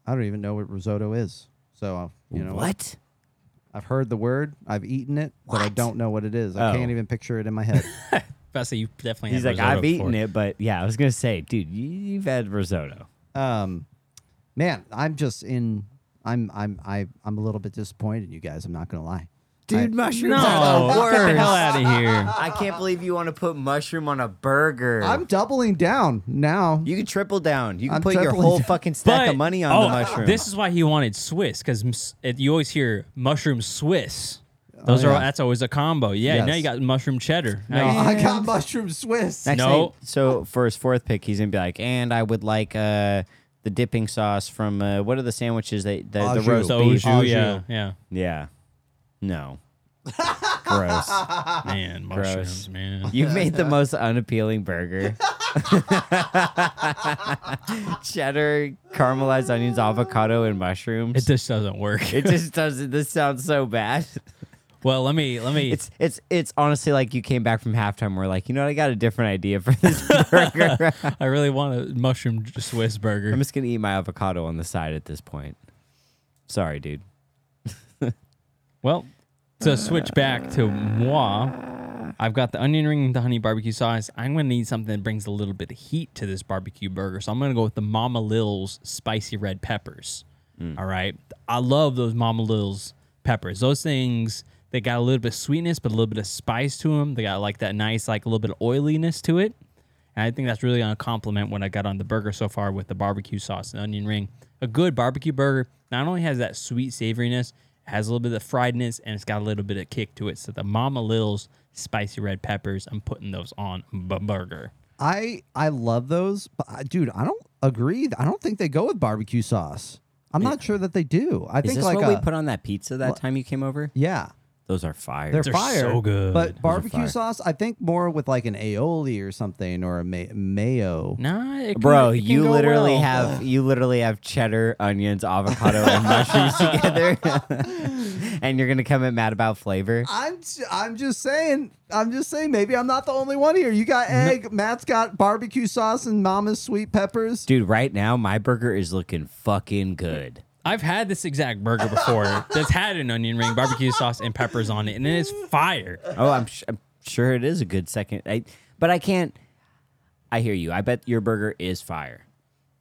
I don't even know what risotto is. So uh, you know
what?
I've heard the word, I've eaten it, but I don't know what it is. I
Oh.
can't even picture it in my head.
Bessie, you definitely.
He's
had
like,
risotto
I've eaten
before.
it, but yeah, I was gonna say, dude, you, you've had risotto.
um, man, I'm just in. I'm I'm I, I'm a little bit disappointed in you guys. I'm not gonna lie.
Dude, mushrooms
No, get the hell out of here.
I can't believe you want to put mushroom on a burger.
I'm doubling down now.
you can triple down. You can
I'm
put your
tripling
whole
down.
fucking stack
But-
of money on the
oh,
mushroom.
This is why he wanted Swiss because you always hear mushroom Swiss. Those are
Oh,
yeah.
all that's always a combo. Yeah, now
Yes.
you got mushroom cheddar.
No,
Now you-
I got mushroom Swiss.
Next
No.
thing- so for his fourth pick, he's gonna be like, and I would like uh, the dipping sauce from uh, what are the sandwiches that the, the
Au jus.
roast
so
beef?
au
jus.
jus, yeah, yeah.
Yeah. No. Gross.
Man,
Gross.
mushrooms, man.
You made the most unappealing burger. Cheddar, caramelized onions, avocado, and mushrooms.
It just doesn't work.
It just doesn't. This sounds so bad.
well, let me let me.
It's it's it's honestly like you came back from halftime. We're like, you know what? I got a different idea for this burger.
I really want a mushroom Swiss burger.
I'm just gonna eat my avocado on the side at this point. Sorry, dude.
Well, to switch back to moi, I've got the onion ring, and the honey barbecue sauce. I'm gonna need something that brings a little bit of heat to this barbecue burger, so I'm gonna go with the Mama Lil's spicy red peppers. All right, I love those Mama Lil's peppers. Those things they got a little bit of sweetness, but a little bit of spice to them. They got like that nice, like a little bit of oiliness to it. And I think that's really gonna complement what I got on the burger so far with the barbecue sauce and onion ring. A good barbecue burger not only has that sweet savoriness, it has a little bit of friedness, and it's got a little bit of kick to it. So the Mama Lil's spicy red peppers, I'm putting those on b- burger.
I I love those, but I, dude, I don't agree. I don't think they go with barbecue sauce. I'm not sure that they do. I
Is
think
this
like
what
a,
we put on that pizza that time you came over?
yeah,
Those are fire.
they're,
They're
fire.
so good. Those
But
are
barbecue
fire.
sauce, I think more with like an aioli or something or a ma- mayo.
Nah, it can-
Bro,
it can
you
go
literally
well.
have you literally have cheddar, onions, avocado, and mushrooms together, and you're gonna come at mad about flavor.
I'm j- I'm just saying. I'm just saying. Maybe I'm not the only one here. You got egg. Matt's got barbecue sauce and Mama's sweet peppers.
Dude, right now my burger is looking fucking good.
I've had this exact burger before that's had an onion ring, barbecue sauce, and peppers on it, and it is fire.
Oh, I'm, sh- I'm sure it is a good second. I, but I can't. I hear you. I bet your burger is fire,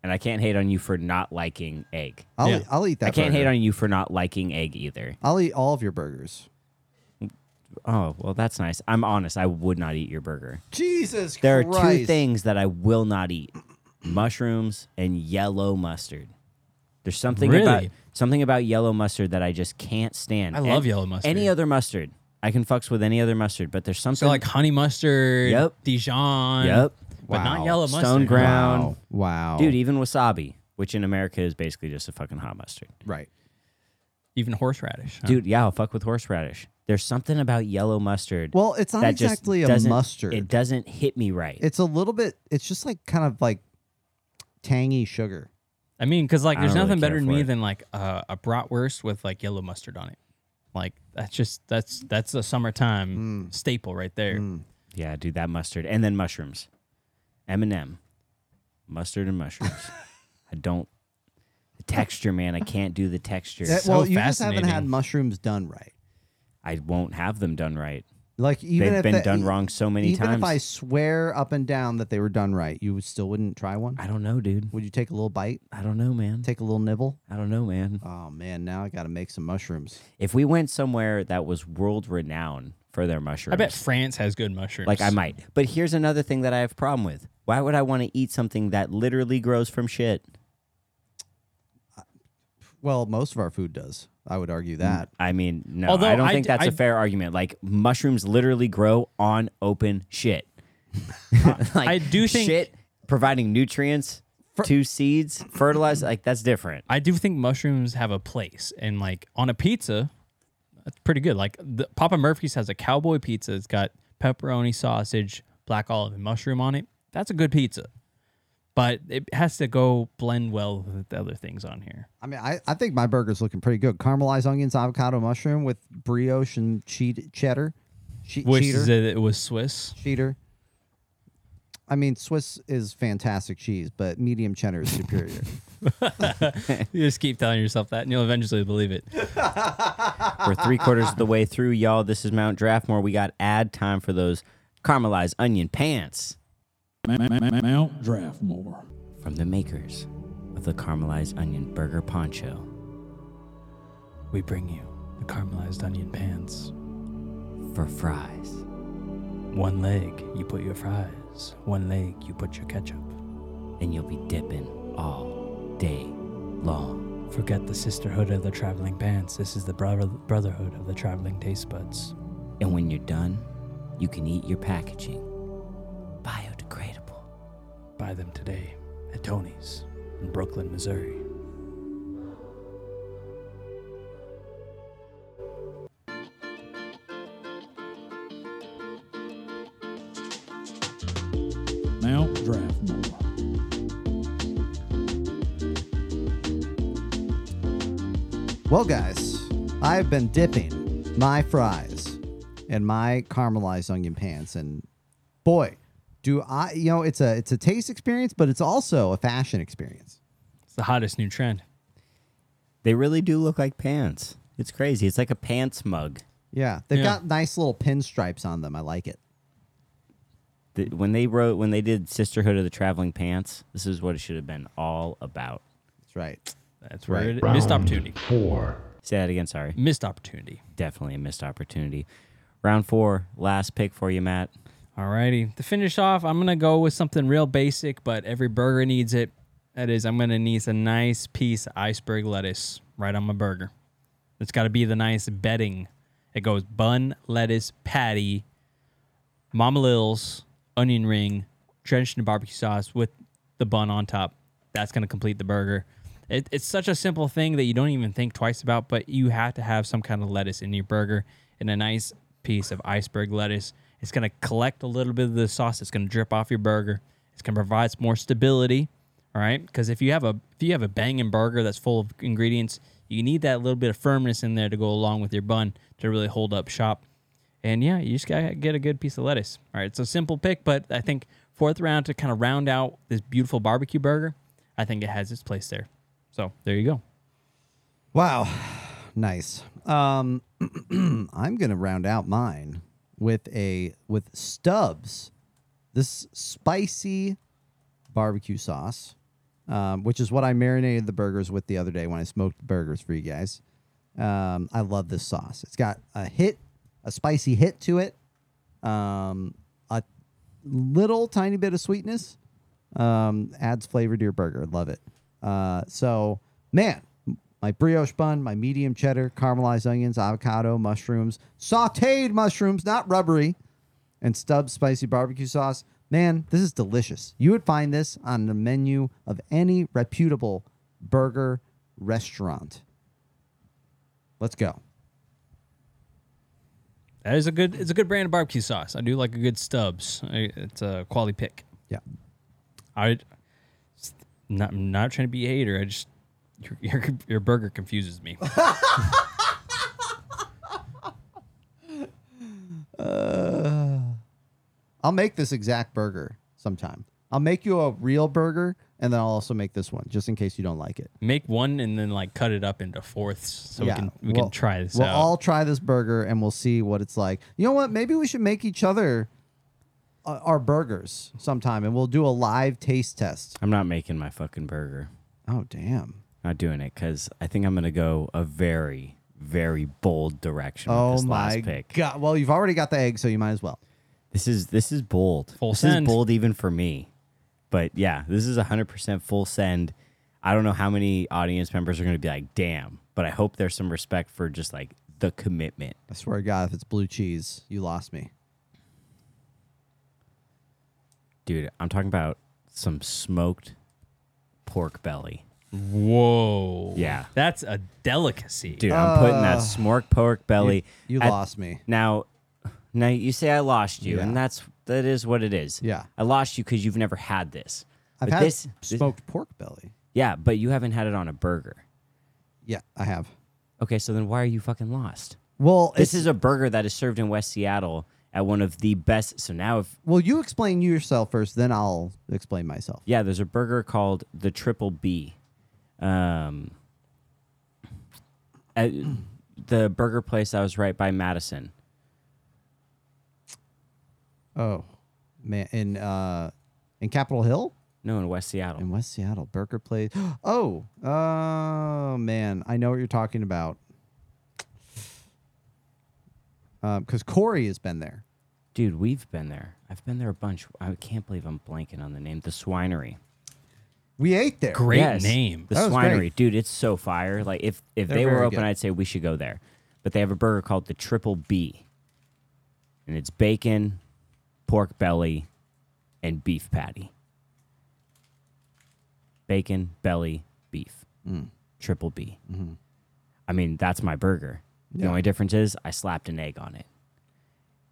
and I can't hate on you for not liking egg.
I'll
Yeah.
eat, I'll eat that.
I can't hate
burger.
on you for not liking egg either.
I'll eat all of your burgers.
Oh, well, that's nice. I'm honest. I would not eat your burger.
Jesus
There are
Christ.
two things that I will not eat: mushrooms and yellow mustard. There's something about
Really?
something about yellow mustard that I just can't stand.
I love
And
yellow mustard.
Any other mustard, I can fucks with any other mustard, but there's something
So like honey mustard,
Yep.
Dijon,
Yep.
but
Wow.
not yellow
Stone
mustard.
ground.
Wow. Wow.
dude, even wasabi, which in America is basically just a fucking hot mustard.
Right.
even horseradish. huh?
Dude, yeah, I'll fuck with horseradish. There's something about yellow mustard.
Well, it's not
that just
exactly a
doesn't-
mustard.
It doesn't hit me right.
it's a little bit it's just like kind of like tangy sugar
I mean, because like,
I
there's
don't really
nothing
care
better to
for
me
it.
than like uh, a bratwurst with like yellow
Mm.
mustard on it. Like that's just that's that's a summertime staple right there.
Yeah, dude, that mustard and then mushrooms, M and M, mustard and mushrooms. I don't the texture, man. I can't do the texture.
That- well,
so
you just haven't had
fascinating.
mushrooms done right.
I won't have them done right.
Like even
They've
if
been
the-
done wrong so many
even
times.
if I swear up and down that they were done right, you would- still wouldn't try one.
I don't know, dude.
Would you take a little bite?
I don't know, man.
Take a little nibble?
I don't know, man.
Oh man, now I got to make some mushrooms.
If we went somewhere that was world renowned for their mushrooms,
I bet France has good mushrooms.
like I might. But here's another thing that I have a problem with. Why would I want to eat something that literally grows from shit?
Well, most of our food does. I would
Mm.
argue that.
I mean, no,
Although
I don't
I
think
d-
that's a
I-
fair argument. Like mushrooms literally grow on open shit. like,
Uh, I do think-
shit providing nutrients to seeds, fertilize. Like that's different.
I do think mushrooms have a place, and like on a pizza, that's pretty good. Like the, Papa Murphy's has a cowboy pizza. It's got pepperoni, sausage, black olive, and mushroom on it. That's a good pizza, but it has to go blend well with the other things on here.
I mean, I, I think my burger's looking pretty good. Caramelized onions, avocado mushroom with brioche and cheat, cheddar. Che-
Wishes
cheater.
that it was Swiss.
Cheater. I mean, Swiss is fantastic cheese, but medium cheddar is superior.
You just keep telling yourself that, and you'll eventually believe it.
We're three quarters of the way through, y'all. This is Mount Draftmore. We got ad time for those caramelized onion pants
Mount Draftmore.
from the makers of the caramelized onion burger poncho.
We bring you the caramelized onion pants.
for fries.
One leg, you put your fries. One leg, you put your ketchup.
And you'll be dipping all day long.
Forget the sisterhood of the traveling pants. This is the brother- brotherhood of the traveling taste buds.
And when you're done, you can eat your packaging. Biodegradable.
Buy them today at Tony's in Brooklyn, Missouri.
Mount Draftmore.
well, guys, I've been dipping my fries and my caramelized onion pants, and boy, do I! You know, it's a it's a taste experience, but it's also a fashion experience.
It's the hottest new trend.
They really do look like pants. It's crazy. It's like a pants mug.
Yeah, they've
Yeah.
got nice little pinstripes on them. I like it.
The- When they wrote, when they did Sisterhood of the Traveling Pants, this is what it should have been all about.
That's right.
That's where
Right.
it,
Round
missed opportunity.
Four.
Say that again. Sorry.
Missed opportunity.
Definitely a missed opportunity. Round four, last pick for you, Matt.
Alrighty. To finish off, I'm gonna go with something real basic, but every burger needs it. That is, I'm gonna need a nice piece of iceberg lettuce right on my burger. It's gotta be the nice bedding. It goes bun, lettuce, patty, Mama Lil's, onion ring, drenched in barbecue sauce with the bun on top. That's gonna complete the burger. It, it's such a simple thing that you don't even think twice about, but you have to have some kind of lettuce in your burger and a nice piece of iceberg lettuce. It's gonna collect a little bit of the sauce. It's gonna drip off your burger. It's gonna provide some more stability. All right, because if you have a if you have a banging burger that's full of ingredients, you need that little bit of firmness in there to go along with your bun to really hold up shop. And yeah, you just gotta get a good piece of lettuce. All right, it's a simple pick, but I think fourth round to kind of round out this beautiful barbecue burger, I think it has its place there. So there you go.
Wow. Nice. Um, I'm gonna round out mine with a with Stubbs, this spicy barbecue sauce, um, which is what I marinated the burgers with the other day when I smoked the burgers for you guys. Um, I love this sauce. It's got a hit, a spicy hit to it, um, a little tiny bit of sweetness, um, adds flavor to your burger. Love it. Uh, so, man, my brioche bun, my medium cheddar, caramelized onions, avocado, mushrooms, sauteed mushrooms, not rubbery, and Stubbs spicy barbecue sauce. Man, this is delicious. You would find this on the menu of any reputable burger restaurant. Let's go.
That is a good it's a good brand of barbecue sauce. I do like a good Stubbs. I- It's a quality pick.
Yeah.
I not I'm not trying to be a hater. I just your your, your burger confuses me.
I'll make this exact burger sometime. I'll make you a real burger, and then I'll also make this one just in case you don't like it.
Make one and then like cut it up into fourths so we can we
we'll-
can try this
We'll
out.
all try this burger, and we'll see what it's like. You know what? Maybe we should make each other uh, our burgers sometime, and we'll do a live taste test.
I'm not making my fucking burger.
Oh damn!
Not doing it because I think I'm gonna go a very, very bold direction
Oh
with this
my
last pick.
god! Well, you've already got the egg, so you might as well.
This is this is bold.
Full
this
send.
is bold even for me. But yeah, this is 100% full send. I don't know how many audience members are going to be like, "Damn," but I hope there's some respect for just like the commitment.
I swear to God, if it's blue cheese, you lost me.
Dude, I'm talking about some smoked pork belly.
Whoa.
Yeah.
That's a delicacy.
Dude, I'm putting that smoked pork belly.
You
I-
lost me.
Now, now you say I lost you,
Yeah.
and that's that is what it is.
Yeah.
I lost you because you've never had this.
I've
But
had
this, this-
smoked pork belly.
yeah, but you haven't had it on a burger.
Yeah, I have.
Okay, so then why are you fucking lost?
Well,
This
it's-
is a burger that is served in West Seattle at one of the best. So now, if
well. You explain yourself first, then I'll explain myself.
yeah, there's a burger called the Triple B. Um, at the burger place that was right by Madison.
Oh, man! In uh, in Capitol Hill
No, in West Seattle.
in West Seattle, Burger Place. Oh, oh man! I know what you're talking about. Because Um, Corey has been there.
Dude, we've been there. I've been there a bunch. I can't believe I'm blanking on the name. The Swinery.
We ate there.
Great
Yes,
name.
The
That was
Swinery.
great.
Dude, it's so fire. Like if if
They're
they were
very
open,
good.
I'd say we should go there. But they have a burger called the Triple B. And it's bacon, pork belly, and beef patty. Bacon, belly, beef. Triple B. I mean, that's my burger. The only difference is I slapped an egg on it.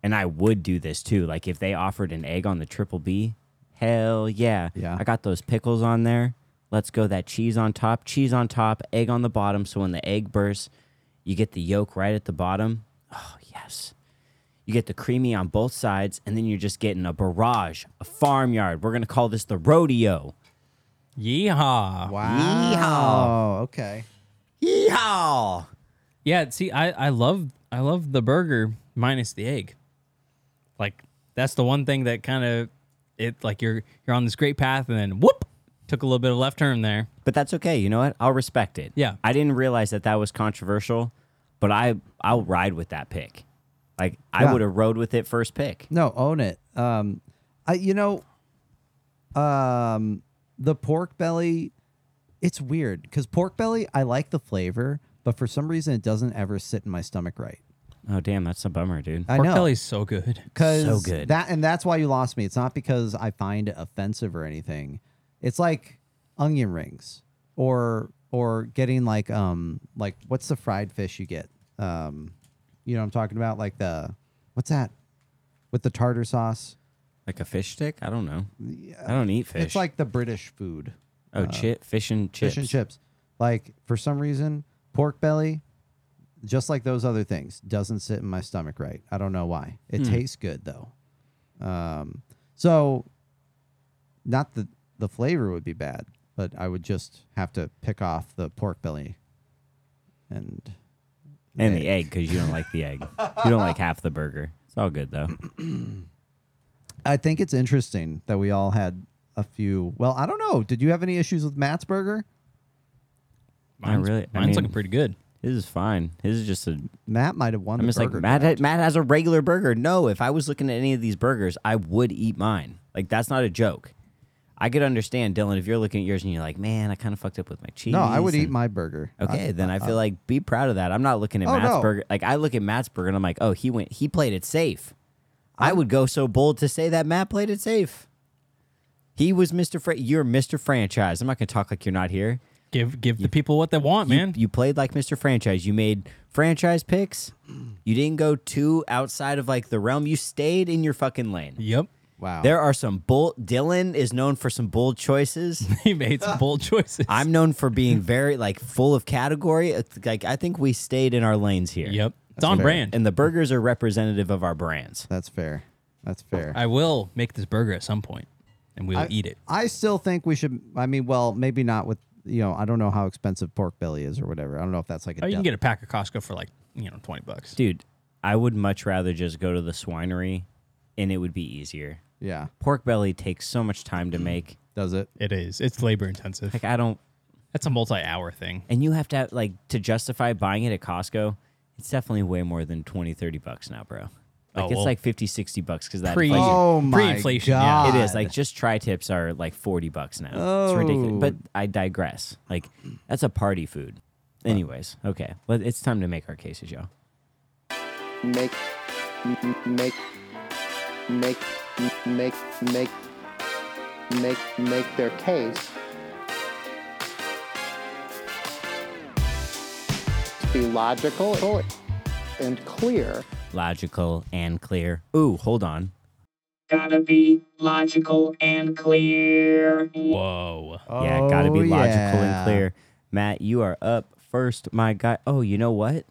And I would do this too. Like if they offered an egg on the triple B, hell yeah.
Yeah.
I got those pickles on there. Let's go that cheese on top, cheese on top, egg on the bottom. So when the egg bursts, you get the yolk right at the bottom. Oh yes. You get the creamy on both sides, and then you're just getting a barrage, a farmyard. We're gonna call this the rodeo.
Yeehaw.
Wow. Okay.
Yeehaw!
Yeah, see, I, I love I love the burger minus the egg. Like that's the one thing that kind of it like you're you're on this great path and then whoop took a little bit of left turn there.
But that's okay. You know what? I'll respect it.
Yeah.
I didn't realize that that was controversial, but I I'll ride with that pick. Like I
Yeah.
would have rode with it first pick.
No, own it. Um, I you know, um, the pork belly, it's weird because pork belly, I like the flavor, but for some reason, it doesn't ever sit in my stomach right.
Oh damn, that's a bummer, dude.
I
Pork
know
belly's so good.
'cause
so good.
that, and that's why you lost me. It's not because I find it offensive or anything. It's like onion rings or or getting like um like what's the fried fish you get? Um, you know what I'm talking about like the what's that with the tartar sauce?
Like a fish stick? I don't know. I don't eat fish.
It's like the British food,
oh chip fish and chips.
fish and chips. Like for some reason, pork belly, just like those other things, doesn't sit in my stomach right. I don't know why. It
Hmm.
tastes good though. Um, so, not that the flavor would be bad, but I would just have to pick off the pork belly, and
And the egg because you don't like the egg. you don't like half the burger. It's all good though.
I think it's interesting that we all had a few. Well, I don't know. Did you have any issues with Matt's burger?
Mine's,
really- I
mine's
mean-
looking pretty good.
His is fine. His is just a
Matt might have won.
I'm
the
just like
burger
Matt.
draft.
Matt has a regular burger. No, if I was looking at any of these burgers, I would eat mine. Like that's not a joke. I could understand, Dylan, if you're looking at yours and you're like, man, I kind of fucked up with my cheese.
No, I would eat
and-
my burger.
Okay, then I feel like be proud of that. I'm not looking at
Oh,
Matt's
no.
burger. Like I look at Matt's burger and I'm like, oh, he went, he played it safe. I would go so bold to say that Matt played it safe. He was Mr. Fra- you're Mr. Franchise. I'm not gonna talk like you're not here.
Give give the people what they want, man.
You played like Mr. Franchise. You made franchise picks. You didn't go too outside of like the realm. You stayed in your fucking lane.
yep.
Wow.
There are some bold. Dylan is known for some bold choices.
He made some bold choices.
I'm known for being very like full of category. It's Like I think we stayed in our lanes here.
yep. It's on
fair.
brand.
And the burgers are representative of our brands.
That's fair. That's fair.
I will make this burger at some point, and we'll
I-
eat it.
I still think we should. I mean, well, maybe not with you know. I don't know how expensive pork belly is or whatever. I don't know if that's like a.
Oh, you
deli-
can get a pack of Costco for like you know twenty bucks.
Dude, I would much rather just go to the swinery and it would be easier.
yeah.
Pork belly takes so much time to make.
Does it?
It is. It's labor intensive.
Like I don't
That's a multi-hour thing.
and you have to have, like to justify buying it at Costco, it's definitely way more than 20 30 bucks now, bro. Like
Oh,
it's
well.
like 50 60 bucks cuz that
Pre-
inflation.
Oh my
Pre-inflation, yeah.
god!
It is like just tri tips are like forty bucks now. It's
Oh.
ridiculous. But I digress. Like that's a party food. Anyways, okay. Well, it's time to make our cases, y'all.
make make make make make make make their case to be logical and clear
Logical and clear. Ooh, hold on.
Gotta be logical and clear.
Whoa.
yeah, gotta be
Oh,
logical
yeah.
and clear. Matt, you are up first, my guy. Oh, you know what?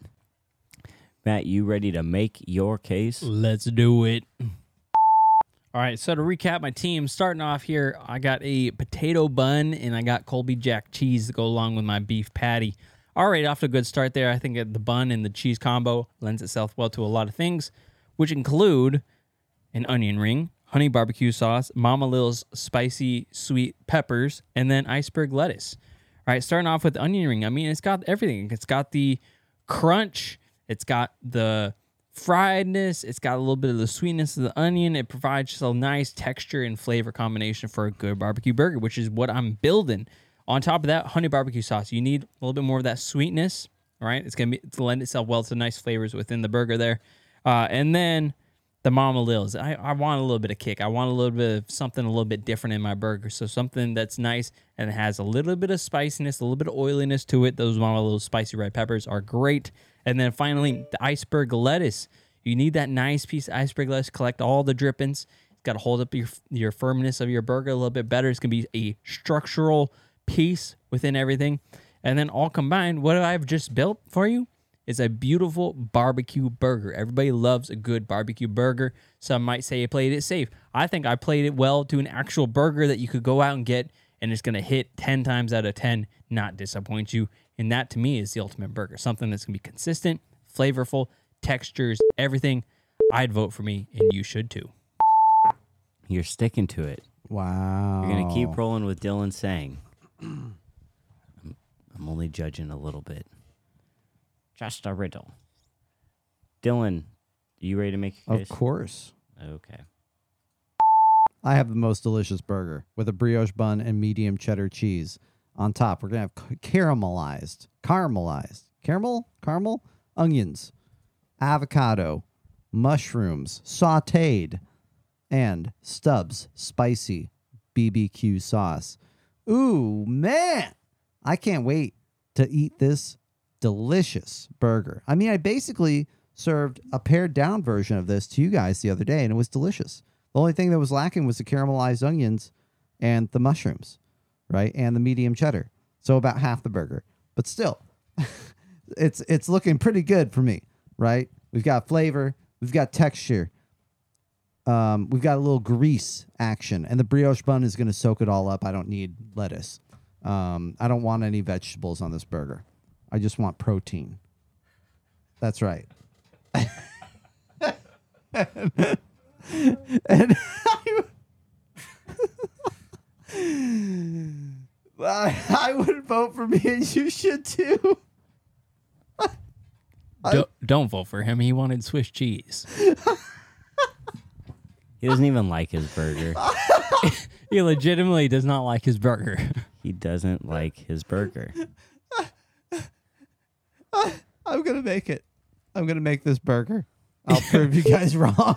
Matt, you ready to make your case?
Let's do it. All right, so to recap my team, starting off here, I got a potato bun and I got Colby Jack cheese to go along with my beef patty. All right, off to a good start there. I think that the bun and the cheese combo lends itself well to a lot of things, which include an onion ring, honey barbecue sauce, Mama Lil's spicy sweet peppers, and then iceberg lettuce. All right, starting off with onion ring. I mean, it's got everything. It's got the crunch. It's got the friedness. It's got a little bit of the sweetness of the onion. It provides just a nice texture and flavor combination for a good barbecue burger, which is what I'm building. On top of that, honey barbecue sauce. You need a little bit more of that sweetness. All right, it's gonna be to lend itself well to nice flavors within the burger there, uh, and then the Mama Lils. I, I want a little bit of kick. I want a little bit of something a little bit different in my burger. So something that's nice and has a little bit of spiciness, a little bit of oiliness to it. Those Mama Lils spicy red peppers are great. And then finally, the iceberg lettuce. You need that nice piece of iceberg lettuce. Collect all the drippings. It's got to hold up your your firmness of your burger a little bit better. It's gonna be a structural piece within everything. And then all combined, what I've just built for you is a beautiful barbecue burger. Everybody loves a good barbecue burger. Some might say you played it safe. I think I played it well to an actual burger that you could go out and get, and it's going to hit 10 times out of 10, not disappoint you. And that to me is the ultimate burger something that's going to be consistent, flavorful, textures, everything. I'd vote for me, and you should too.
You're sticking to it.
Wow.
You're gonna keep rolling with Dylan saying. I'm, I'm only judging a little bit. Just a riddle. Dylan, you ready to make your
Of
case?
course.
Okay.
I have the most delicious burger with a brioche bun and medium cheddar cheese on top. We're gonna have c- caramelized, caramelized, caramel, caramel, onions, avocado, mushrooms, sautéed, and Stubbs spicy BBQ sauce. Ooh man, I can't wait to eat this delicious burger. I mean, I basically served a pared down version of this to you guys the other day, and it was delicious. The only thing that was lacking was the caramelized onions and the mushrooms, right? And the medium cheddar. So about half the burger. But still, it's it's looking pretty good for me, right? We've got flavor, we've got texture. Um, we've got a little grease action, and the brioche bun is going to soak it all up. I don't need lettuce. Um, I don't want any vegetables on this burger. I just want protein. That's right. and I, I, I would vote for me, and you should too.
Don't, don't vote for him. He wanted Swiss cheese.
He doesn't even like his burger.
He legitimately does not like his burger.
He doesn't like his burger.
I'm gonna make it. I'm gonna make this burger. I'll prove you guys wrong.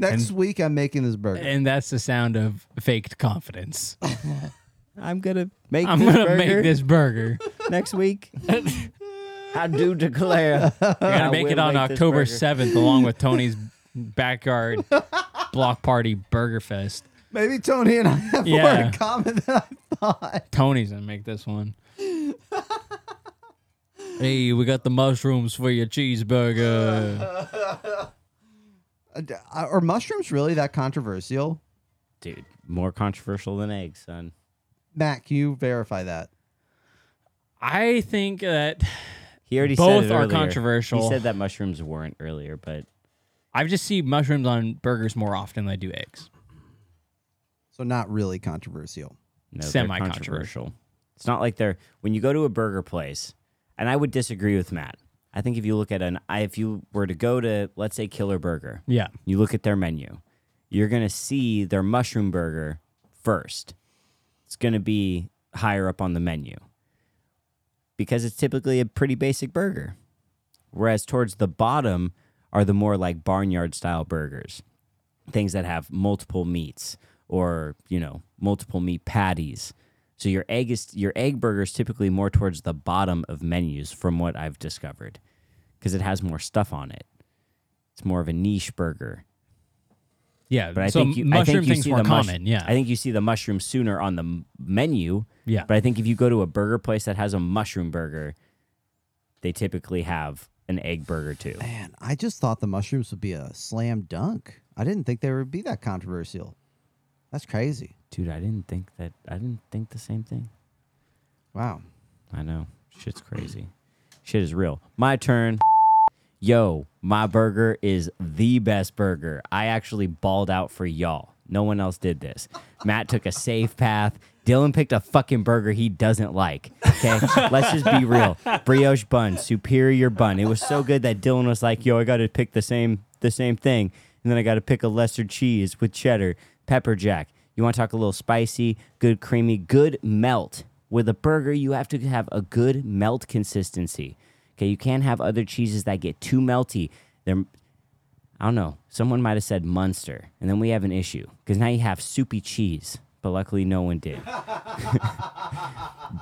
Next week, I'm making this burger.
and that's the sound of faked confidence.
I'm gonna make
I'm
this
going to
burger
make this burger.
next week. I do declare. You're
We're gonna make it on October seventh, along with Tony's backyard block party burger fest.
Maybe Tony and I have more
Yeah.
in common than I thought.
Tony's gonna make this one. hey, we got the mushrooms for your cheeseburger.
Uh, d- Are mushrooms really that controversial?
Dude, more controversial than eggs, son.
Matt, can you verify that?
I think that
He already
Both
said it
are
earlier.
controversial.
He said that mushrooms weren't earlier, but
I just see mushrooms on burgers more often than I do eggs.
So not really controversial.
no, they're
Semi-controversial.
controversial. It's not like they're when you go to a burger place, and I would disagree with Matt. I think if you look at an, I- if you were to go to, let's say, Killer Burger,
Yeah.
you look at their menu, you're gonna see their mushroom burger first. It's gonna be higher up on the menu because it's typically a pretty basic burger. Whereas towards the bottom are the more like barnyard style burgers, things that have multiple meats or you know multiple meat patties. So your egg is your egg burger is typically more towards the bottom of menus, from what I've discovered, because it has more stuff on it. It's more of a niche burger.
Yeah.
But I
so
think you, I
mushroom
think you
things
see
more
the mush-
common. Yeah.
I think you see the mushroom sooner on the m- menu.
Yeah.
But I think if you go to a burger place that has a mushroom burger, they typically have an egg burger too.
Man, I just thought the mushrooms would be a slam dunk. I didn't think they would be that controversial. That's crazy.
Dude, I didn't think that. I didn't think the same thing.
Wow.
I know. Shit's crazy. Shit is real. My turn. Yo, my burger is the best burger. I actually balled out for y'all. No one else did this. Matt took a safe path. Dylan picked a fucking burger he doesn't like. Okay, let's just be real. Brioche bun, superior bun. It was so good that Dylan was like, "Yo, I got to pick the same the same thing, and then I got to pick a lesser cheese with cheddar, pepper jack. You want to talk a little spicy, good creamy, good melt. With a burger, you have to have a good melt consistency. Okay, you can't have other cheeses that get too melty. They're, I don't know. Someone might have said Munster, and then we have an issue because now you have soupy cheese. But luckily, no one did.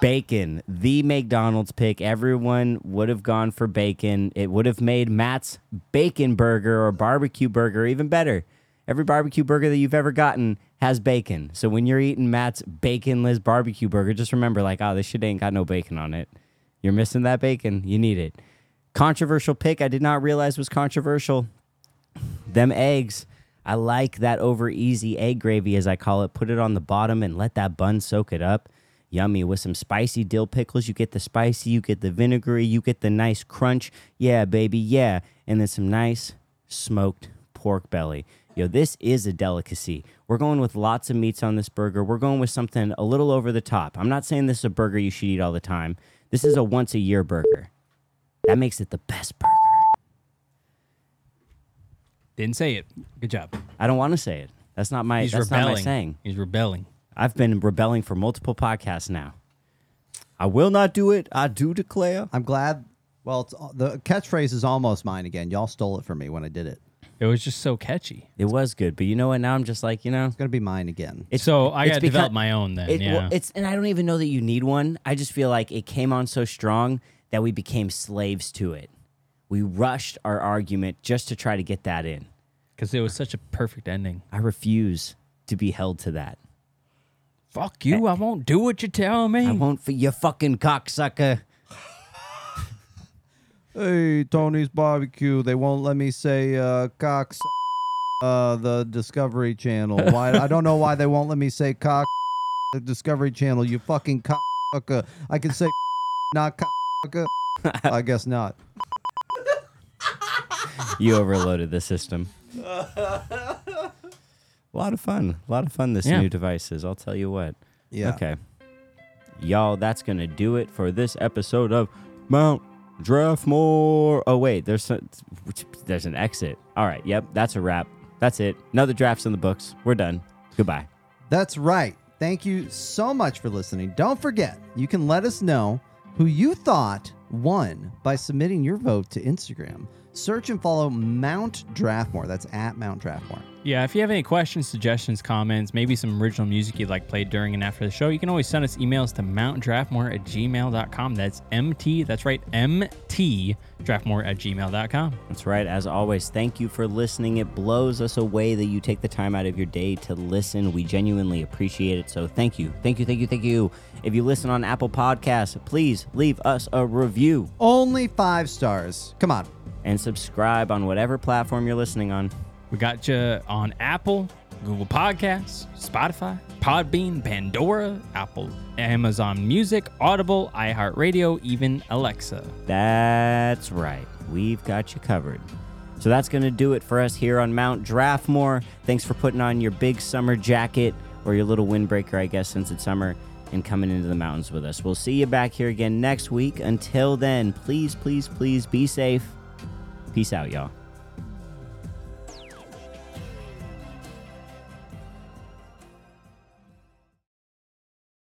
bacon, the McDonald's pick. Everyone would have gone for bacon. It would have made Matt's bacon burger or barbecue burger even better. Every barbecue burger that you've ever gotten has bacon. So when you're eating Matt's baconless barbecue burger, just remember, like, oh, this shit ain't got no bacon on it. You're missing that bacon. You need it. Controversial pick. I did not realize was controversial them eggs. I like that over easy egg gravy, as I call it. Put it on the bottom and let that bun soak it up. Yummy with some spicy dill pickles. You get the spicy, you get the vinegary, you get the nice crunch. Yeah, baby, yeah. And then some nice smoked pork belly. Yo, this is a delicacy. We're going with lots of meats on this burger. We're going with something a little over the top. I'm not saying this is a burger you should eat all the time. This is a once a year burger. That makes it the best burger.
Didn't say it. Good job.
I don't want to say it. That's not my.
He's
that's
rebelling.
not my saying.
He's rebelling.
I've been rebelling for multiple podcasts now. I will not do it. I do declare.
I'm glad. Well, it's, uh, the catchphrase is almost mine again. Y'all stole it from me when I did it.
It was just so catchy.
It was good, but you know what? Now I'm just like you know.
It's gonna be mine again.
It's,
so I
it's
got to
become-
develop my own then.
It,
yeah.
well, it's and I don't even know that you need one. I just feel like it came on so strong that we became slaves to it. We rushed our argument just to try to get that in.
Because it was such a perfect ending.
I refuse to be held to that.
Fuck you. I won't do what you tell me.
Eh. I won't for you fucking cocksucker.
Hey, Tony's barbecue. They won't let me say uh, cox. Uh, the Discovery Channel. Why? I don't know why they won't let me say cox. The Discovery Channel. You fucking cocksucker. I can say not cocksucker. I guess not.
you overloaded the system. a lot of fun. A lot of fun, this
Yeah.
new device is. I'll tell you what.
Yeah.
Okay. Y'all, that's going to do it for this episode of Mount Draftmore. Oh, wait. There's, some, there's an exit. All right. Yep. That's a wrap. That's it. Another draft's in the books. We're done. Goodbye.
That's right. Thank you so much for listening. Don't forget, you can let us know who you thought won by submitting your vote to Instagram. Search and follow Mount Draftmore. That's at Mount Draftmore.
Yeah, if you have any questions, suggestions, comments, maybe some original music you'd like played during and after the show, you can always send us emails to mountdraftmore at gmail.com. That's MT, that's right, MT, draftmore at gmail.com.
That's right. As always, thank you for listening. It blows us away that you take the time out of your day to listen. We genuinely appreciate it. So thank you. Thank you. Thank you. Thank you. If you listen on Apple Podcasts, please leave us a review
Only five stars. Come on.
and subscribe on whatever platform you're listening on.
We got you on Apple, Google Podcasts, Spotify, Podbean, Pandora, Apple, Amazon Music, Audible, iHeartRadio, even Alexa.
That's right. We've got you covered. So that's going to do it for us here on Mount Draftmore. Thanks for putting on your big summer jacket or your little windbreaker, I guess, since it's summer, and coming into the mountains with us. We'll see you back here again next week. Until then, please, please, please be safe. Peace out, y'all.